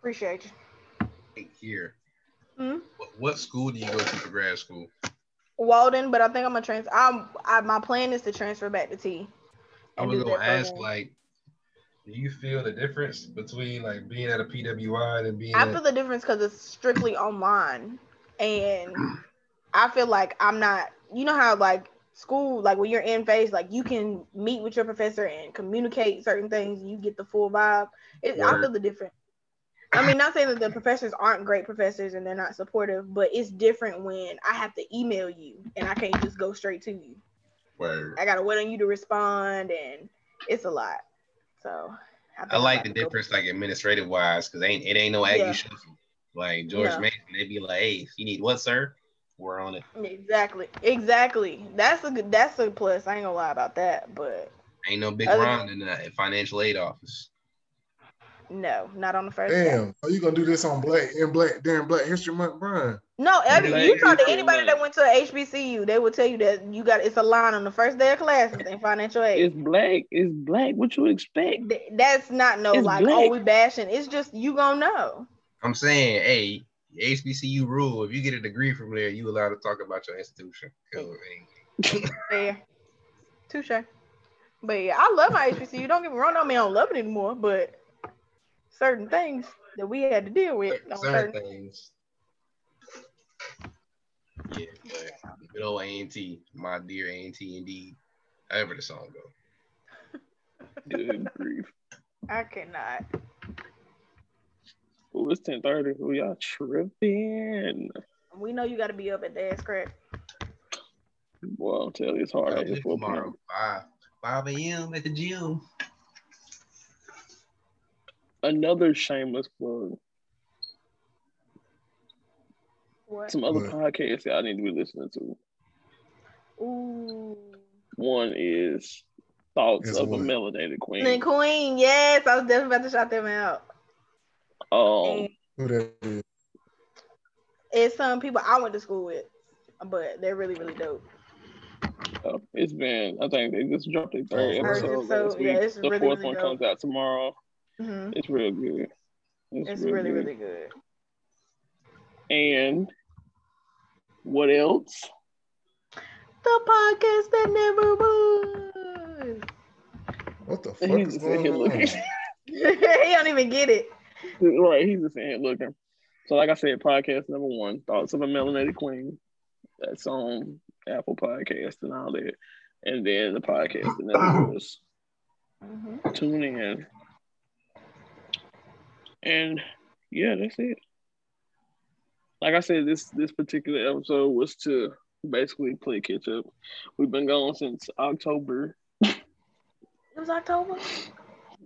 Speaker 4: Appreciate you.
Speaker 2: Right Here.
Speaker 4: Hmm?
Speaker 2: What, what school do you go to for grad school?
Speaker 4: Walden, but I think I'm gonna transfer. I'm I, my plan is to transfer back to T.
Speaker 2: I
Speaker 4: and
Speaker 2: was
Speaker 4: do
Speaker 2: gonna
Speaker 4: that
Speaker 2: ask,
Speaker 4: program.
Speaker 2: like, do you feel the difference between like being at a PWI and being
Speaker 4: I feel
Speaker 2: at,
Speaker 4: the difference because it's strictly online, and I feel like I'm not. You know how like school, like when you're in phase, like you can meet with your professor and communicate certain things. You get the full vibe. It, I
Speaker 2: Word.
Speaker 4: feel the difference. I mean, not saying that the professors aren't great professors and they're not supportive, but it's different when I have to email you and I can't just go straight to you.
Speaker 2: where
Speaker 4: I gotta wait on you to respond, and it's a lot. So think
Speaker 2: I
Speaker 4: I'm
Speaker 2: like
Speaker 4: about
Speaker 2: the
Speaker 4: to go-
Speaker 2: difference, like administrative wise, because ain't it ain't no Aggie
Speaker 4: Yeah.
Speaker 2: shuffle. Like George
Speaker 4: No.
Speaker 2: Mason, they be like, "Hey, you need what, sir? We're on it.
Speaker 4: Exactly, exactly. That's a good. That's a plus. I ain't gonna lie about that, but
Speaker 2: Ain't no big
Speaker 4: Other-
Speaker 2: round in the financial aid office."
Speaker 4: no, not on the first. day.
Speaker 5: damn, are you gonna do this on Black in Black during Black History Month, Brian?
Speaker 4: No, every,
Speaker 3: Black
Speaker 4: you talk to
Speaker 3: History
Speaker 4: anybody
Speaker 3: Month.
Speaker 4: that went to a HBCU, they will tell you that you got it's a line on the first day of classes in financial aid.
Speaker 3: It's black. It's black. What you expect?
Speaker 4: Th- That's not no
Speaker 3: It's
Speaker 4: like
Speaker 3: black.
Speaker 4: oh we bashing. It's just you gonna know.
Speaker 2: I'm saying, hey, HBCU rule: if you get a degree from there, you allowed to talk about your institution. 'Cause, hey,
Speaker 4: Yeah, touche. But yeah, I love my HBCU. Don't get me wrong. I mean, I don't love it anymore, but certain things that we had to deal with. on
Speaker 2: certain
Speaker 4: certain-
Speaker 2: things. Yeah, but good old A&T, my dear A&T, indeed. However the song go.
Speaker 3: Good grief.
Speaker 4: I cannot.
Speaker 3: Ooh, it's 1030. Ooh, y'all tripping.
Speaker 4: We know you got to be up at dad's crack.
Speaker 3: Boy, I'll tell you, it's hard out
Speaker 2: Gotta
Speaker 3: here
Speaker 2: lift
Speaker 3: for a
Speaker 2: tomorrow,
Speaker 3: parent.
Speaker 2: five, five a.m. at the gym.
Speaker 3: Another shameless plug.
Speaker 4: What?
Speaker 3: Some other
Speaker 5: What?
Speaker 3: podcasts y'all need to be listening to.
Speaker 4: Ooh.
Speaker 3: One is Thoughts
Speaker 5: Is
Speaker 3: of
Speaker 5: what?
Speaker 3: a Melanated Queen.
Speaker 4: Then Queen, yes, I was definitely about to shout them out.
Speaker 3: Um,
Speaker 4: And
Speaker 5: Who that is?
Speaker 4: it's some people I went to school with, but they're really, really dope.
Speaker 3: uh, it's been, I think they just dropped their third
Speaker 5: Oh,
Speaker 4: Third
Speaker 3: episode.
Speaker 4: episode,
Speaker 3: last week.
Speaker 4: yeah, it's
Speaker 3: the
Speaker 4: really,
Speaker 3: fourth
Speaker 4: really
Speaker 3: one
Speaker 4: dope.
Speaker 3: comes out tomorrow.
Speaker 4: hmm
Speaker 3: It's real good. It's,
Speaker 4: It's
Speaker 3: real
Speaker 4: really,
Speaker 3: good.
Speaker 4: really good.
Speaker 3: And what else?
Speaker 4: The podcast that never was.
Speaker 5: What the fuck
Speaker 3: He's
Speaker 5: is
Speaker 3: just in
Speaker 5: going
Speaker 3: here
Speaker 5: on?
Speaker 3: looking.
Speaker 4: he don't even get it.
Speaker 3: right, he's just in here looking. So, like I said, podcast number one, Thoughts of a Melanated Queen. That's on Apple Podcast and all that. And then the podcast that never was.
Speaker 4: hmm
Speaker 3: Tune in. And yeah, that's it. Like I said, this this particular episode was to basically play catch up. We've been gone since October.
Speaker 4: It was October.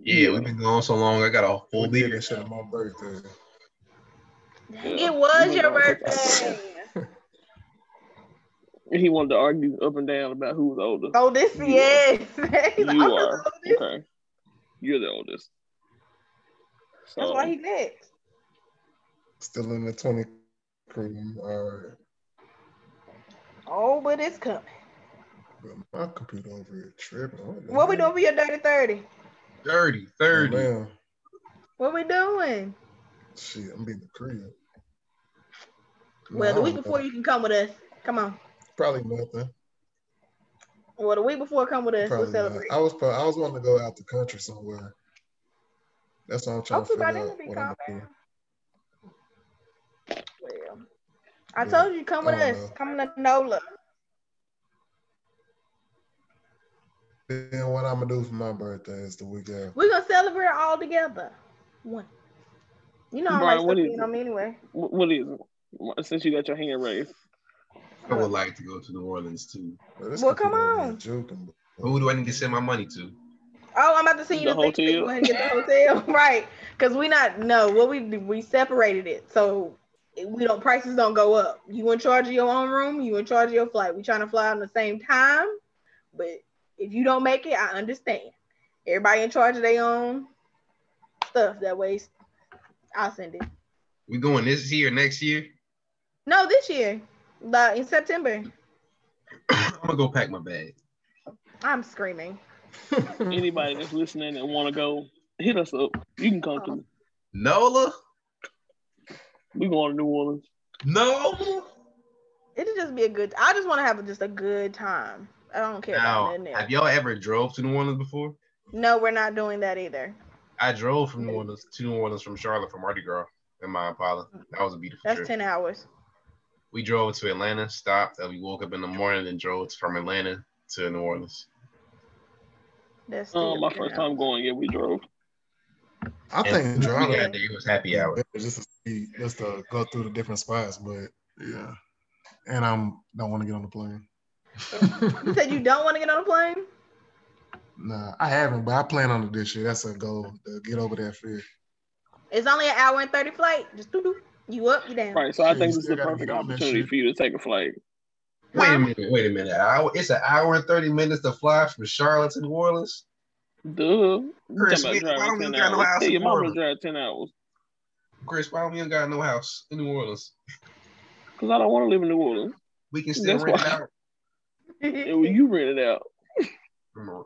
Speaker 2: Yeah, we've been gone so long. I got a
Speaker 5: We
Speaker 2: whole
Speaker 5: did
Speaker 2: beer.
Speaker 5: that shit on my birthday.
Speaker 4: It was
Speaker 3: We've been
Speaker 4: your
Speaker 3: gone since October.
Speaker 4: birthday.
Speaker 3: And he wanted to argue up and down about who was older.
Speaker 4: Oh, this
Speaker 3: You
Speaker 4: yes. He's like,
Speaker 3: you
Speaker 4: I'm the
Speaker 3: are
Speaker 4: oldest.
Speaker 3: okay. You're the oldest. So
Speaker 4: That's why he next.
Speaker 5: Still in the 20 crew. All right.
Speaker 4: Oh, but it's coming.
Speaker 5: But My computer over here tripping. the
Speaker 4: What we
Speaker 5: hell?
Speaker 4: doing for your dirty thirty?
Speaker 2: Dirty,
Speaker 5: Oh,
Speaker 2: 30.
Speaker 5: man.
Speaker 4: What we doing?
Speaker 5: Shit, I'm being the crib.
Speaker 4: Well, the
Speaker 5: No, I
Speaker 4: week
Speaker 5: don't
Speaker 4: before
Speaker 5: know.
Speaker 4: you can come with us. Come on.
Speaker 5: Probably nothing.
Speaker 4: Well, the week before come with us, we'll
Speaker 5: Probably not.
Speaker 4: celebrate.
Speaker 5: I was pro- I was wanting to go out the country somewhere. That's what I'm trying
Speaker 4: Hopefully
Speaker 5: to
Speaker 4: by
Speaker 5: figure
Speaker 4: then it'll
Speaker 5: out.
Speaker 4: be
Speaker 5: What
Speaker 4: calm
Speaker 5: I'm gonna do.
Speaker 4: down. Well, I
Speaker 5: Yeah,
Speaker 4: told you come with
Speaker 5: I
Speaker 4: us.
Speaker 5: don't know.
Speaker 4: Come to NOLA.
Speaker 5: Then what I'm gonna do for my birthday is the week after.
Speaker 4: We're gonna celebrate all together. One. You know I
Speaker 3: Brian,
Speaker 4: like
Speaker 3: what
Speaker 4: stuff
Speaker 3: is
Speaker 4: being on me anyway.
Speaker 3: wh- what is it? Since you got your hand raised,
Speaker 2: I would like to go to New Orleans too.
Speaker 5: But this
Speaker 4: Well, come
Speaker 5: computer over here
Speaker 4: on.
Speaker 5: Joking.
Speaker 2: Who do I need to send my money to?
Speaker 4: Oh, I'm about to send you
Speaker 3: The
Speaker 4: the, thing so you
Speaker 3: hotel?
Speaker 4: Go ahead and get the hotel, right? Because we not no what we we separated it, so we don't prices don't go up. You in charge of your own room, you in charge of your flight. We trying to fly on the same time, but if you don't make it, I understand. Everybody in charge of their own stuff. That way, I'll send it.
Speaker 2: We going this year, next year.
Speaker 4: No, this year, like in September.
Speaker 2: I'm gonna go pack my bag.
Speaker 4: I'm screaming.
Speaker 3: Anybody that's listening and want to go, hit us up. You can
Speaker 4: Oh.
Speaker 3: come through.
Speaker 2: Nola,
Speaker 3: We going to New Orleans.
Speaker 2: no.
Speaker 4: It'll just be a good. I just want to have just a good time. I don't care
Speaker 2: Now,
Speaker 4: about nothing else.
Speaker 2: have y'all ever drove to New Orleans before?
Speaker 4: No, we're not doing that either.
Speaker 2: I drove from New Orleans to New Orleans from Charlotte for Mardi Gras in my Impala. That was a beautiful
Speaker 4: That's
Speaker 2: trip.
Speaker 4: ten hours.
Speaker 2: We drove to Atlanta, stopped, and we woke up in the morning and drove from Atlanta to New Orleans.
Speaker 4: That's still
Speaker 3: Um, my
Speaker 4: 10
Speaker 3: first
Speaker 4: hours.
Speaker 3: time going, yeah, we drove.
Speaker 5: I think
Speaker 2: And when
Speaker 5: driving
Speaker 2: we got there, it was happy hour.
Speaker 5: just to see, just to go through the different spots, but yeah. And I'm don't want to get on the plane.
Speaker 4: You said you don't want to get on a plane.
Speaker 5: Nah, I haven't, but I plan on it this year. That's a goal to get over that fear.
Speaker 4: It's only an hour and thirty flight. Just doo doo. You up? You down?
Speaker 3: Right, so I
Speaker 5: Shit,
Speaker 3: think
Speaker 5: you
Speaker 3: this is
Speaker 5: still
Speaker 3: the
Speaker 5: gotta
Speaker 3: perfect
Speaker 5: get on that
Speaker 3: opportunity
Speaker 5: shit.
Speaker 3: for you to take a flight.
Speaker 2: Wait a minute, wait a minute. Hour- It's an hour and 30 minutes to fly from Charlotte to New Orleans.
Speaker 3: Duh.
Speaker 2: Chris,
Speaker 3: Talking
Speaker 2: we-
Speaker 3: about
Speaker 2: why don't
Speaker 3: driving
Speaker 2: we
Speaker 3: 10
Speaker 2: got no
Speaker 3: hours.
Speaker 2: house
Speaker 3: Yeah,
Speaker 2: in
Speaker 3: your
Speaker 2: New
Speaker 3: mama
Speaker 2: Orleans?
Speaker 3: drive 10 hours.
Speaker 2: Chris, why don't we ain't got no house in New Orleans?
Speaker 3: Because I don't want to live in New Orleans.
Speaker 2: We can still
Speaker 3: That's
Speaker 2: rent it
Speaker 3: why.
Speaker 2: out.
Speaker 3: Yeah, well, you rent it out.
Speaker 2: Remember-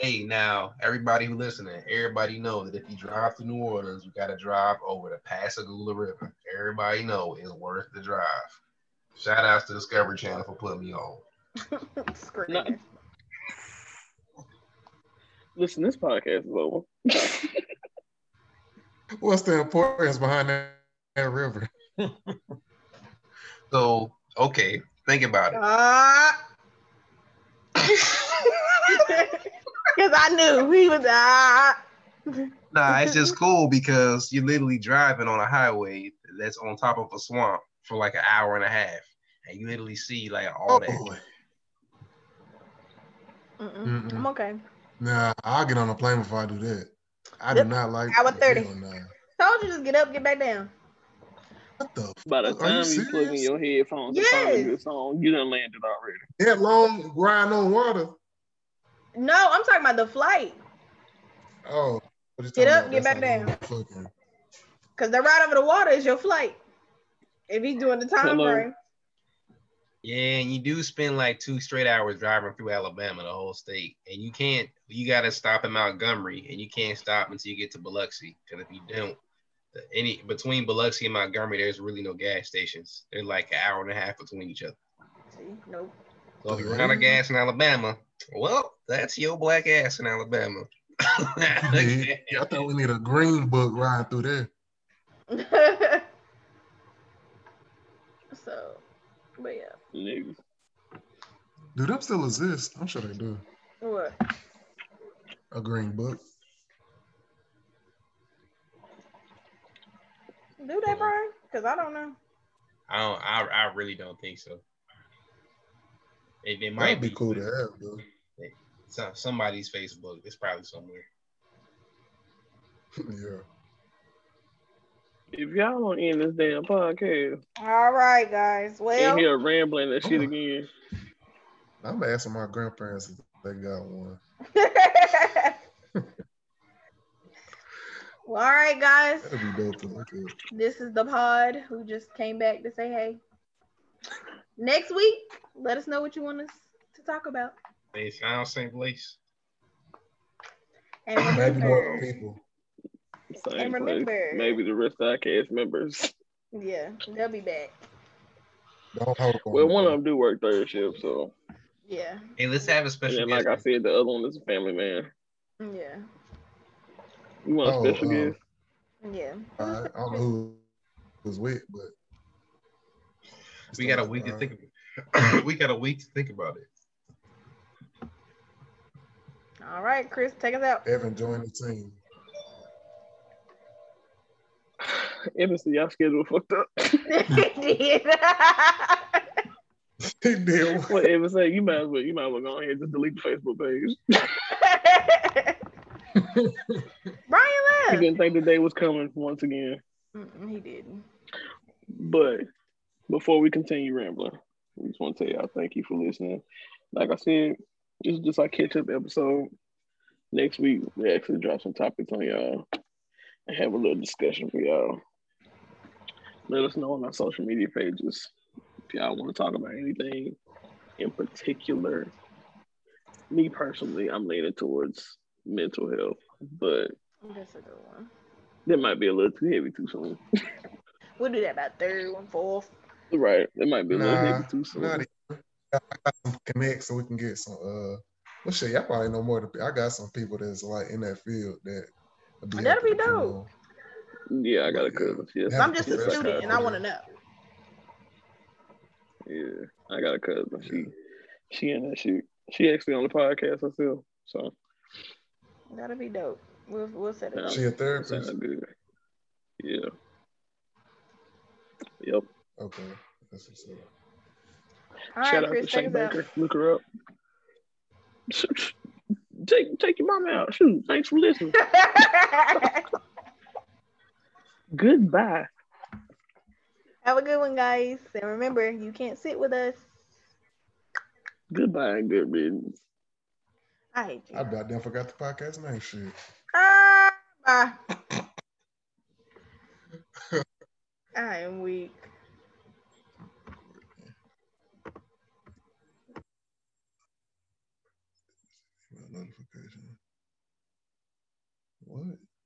Speaker 2: Hey, now everybody who listening, everybody know that if you drive to New Orleans, you gotta drive over the Pascagoula River. Everybody know it's worth the drive. Shout outs to Discovery Channel for putting me on.
Speaker 4: Screaming.
Speaker 3: Listen, this podcast is over.
Speaker 5: What's the importance behind that, that river?
Speaker 2: So, okay, think about it.
Speaker 4: Ah. Because I knew he was ah.
Speaker 2: Nah, it's just cool because you're literally driving on a highway that's on top of a swamp for like an hour and a half, and you literally see like all
Speaker 5: Oh,
Speaker 2: that.
Speaker 4: Mm-mm.
Speaker 5: Mm-mm.
Speaker 4: I'm okay.
Speaker 5: Nah, I'll get on a plane before I do that. I
Speaker 4: Yep,
Speaker 5: do not like
Speaker 4: hour 30.
Speaker 5: Hell nah.
Speaker 4: Told you just get up, get back down.
Speaker 5: What the? F-
Speaker 3: By the
Speaker 5: Are you
Speaker 3: time you, plug in
Speaker 5: serious?
Speaker 3: your headphones and find a
Speaker 4: Yes.
Speaker 3: good song, you done landed already.
Speaker 5: that long grind on water.
Speaker 4: No, I'm talking about the flight.
Speaker 5: Oh, what you
Speaker 4: Get
Speaker 5: talking
Speaker 4: up,
Speaker 5: about?
Speaker 4: get
Speaker 5: That's
Speaker 4: back
Speaker 5: not fucking-
Speaker 4: Because the ride over the water is your flight. If he's doing the time
Speaker 3: Hello.
Speaker 4: frame.
Speaker 2: Yeah, and you do spend like two straight hours driving through Alabama, the whole state, and you can't. You gotta stop in Montgomery, and you can't stop until you get to Biloxi. Because if you don't, the- any between Biloxi and Montgomery, there's really no gas stations. They're like an hour and a half between each other.
Speaker 4: See, nope.
Speaker 2: So if you run out of gas in Alabama, well, that's your black ass in Alabama.
Speaker 5: Yeah, I thought we need a green book riding through there.
Speaker 4: so, but yeah.
Speaker 3: Niggas.
Speaker 5: Do them still exist? I'm sure they do.
Speaker 4: What?
Speaker 5: A green book.
Speaker 4: Do they, Brian? Because I don't know.
Speaker 2: I don't. I, I really don't think so. It, it might
Speaker 5: That'd be cool to have, though.
Speaker 2: some, somebody's Facebook. It's probably somewhere.
Speaker 5: yeah.
Speaker 3: If y'all don't end this damn podcast,
Speaker 4: All right, guys.
Speaker 3: in
Speaker 4: Well,
Speaker 3: here rambling that shit again.
Speaker 5: I'm asking my grandparents if they got one.
Speaker 4: well, all right, guys.
Speaker 5: That'd be dope to look at.
Speaker 4: This is the pod who just came back to say hey. Next week, let us know what you want us to talk about.
Speaker 2: They sound same place.
Speaker 4: And
Speaker 5: Maybe more
Speaker 4: remember,
Speaker 5: people.
Speaker 3: Same place.
Speaker 4: remember-
Speaker 3: Maybe the rest of our cast members.
Speaker 4: yeah, they'll be back.
Speaker 5: Don't hope on
Speaker 3: Well, one of
Speaker 5: it.
Speaker 3: them do work third shift, so.
Speaker 4: Yeah,
Speaker 2: Hey, let's have a
Speaker 3: And
Speaker 2: special
Speaker 3: then,
Speaker 2: guest.
Speaker 3: like I said, the other one is a family man.
Speaker 4: yeah,
Speaker 3: You want a
Speaker 5: Oh,
Speaker 3: special
Speaker 5: um,
Speaker 3: guest?
Speaker 4: yeah.
Speaker 5: I, I don't know who was with, but Uh,
Speaker 2: we got a week to think. About, we got a week to think about it.
Speaker 4: All right, Chris, take us out.
Speaker 5: Evan joined the team.
Speaker 3: Emerson, y'all schedule fucked up.
Speaker 5: He did.
Speaker 3: What Evan say? You might as well, you might as well go on here and just delete the Facebook page.
Speaker 4: Brian
Speaker 3: He
Speaker 4: left.
Speaker 3: didn't think the day was coming once again.
Speaker 4: Mm-mm, he didn't.
Speaker 3: But before we continue rambling, we just want to tell y'all thank you for listening. Like I said, this is just our catch up episode. Next week, we actually drop some topics on y'all and have a little discussion for y'all. Let us know on our social media pages if y'all want to talk about anything in particular. Me personally, I'm leaning towards mental health, but
Speaker 4: That's a good one.
Speaker 3: that might be a little too heavy too soon.
Speaker 4: We'll do that about third one, fourth.
Speaker 3: Right. It might be a little
Speaker 5: Nah,
Speaker 3: heavy too soon.
Speaker 5: not even. I got some connects so we can get some. Uh, well, shit, y'all probably know more. Than, I got some people that's like in that field that. would
Speaker 4: That'd
Speaker 5: able to
Speaker 4: be
Speaker 5: come
Speaker 4: dope.
Speaker 5: on.
Speaker 3: Yeah, I got a cousin. Yes.
Speaker 5: Yeah.
Speaker 4: I'm just a student and I want to know.
Speaker 3: Yeah, I got a cousin. She she in that shoot. She actually on the podcast herself. So
Speaker 4: That'll be dope. We'll, we'll set it up.
Speaker 5: She a
Speaker 3: sounds
Speaker 5: therapist.
Speaker 3: good. Yeah. Yep.
Speaker 5: Okay. That's what's up.
Speaker 4: All
Speaker 3: Shout
Speaker 4: right,
Speaker 3: out to
Speaker 4: Chris, take
Speaker 3: Shay
Speaker 4: us out.
Speaker 3: Baker. Look her up. Take take your mama out. Shoot. Thanks for listening. Goodbye.
Speaker 4: Have a good one, guys. And remember, you can't sit with us.
Speaker 3: Goodbye and good riddance.
Speaker 4: I hate you.
Speaker 5: I about damn forgot the podcast name. Shit.
Speaker 4: Ah, bye. I am weak.
Speaker 5: Notification. What?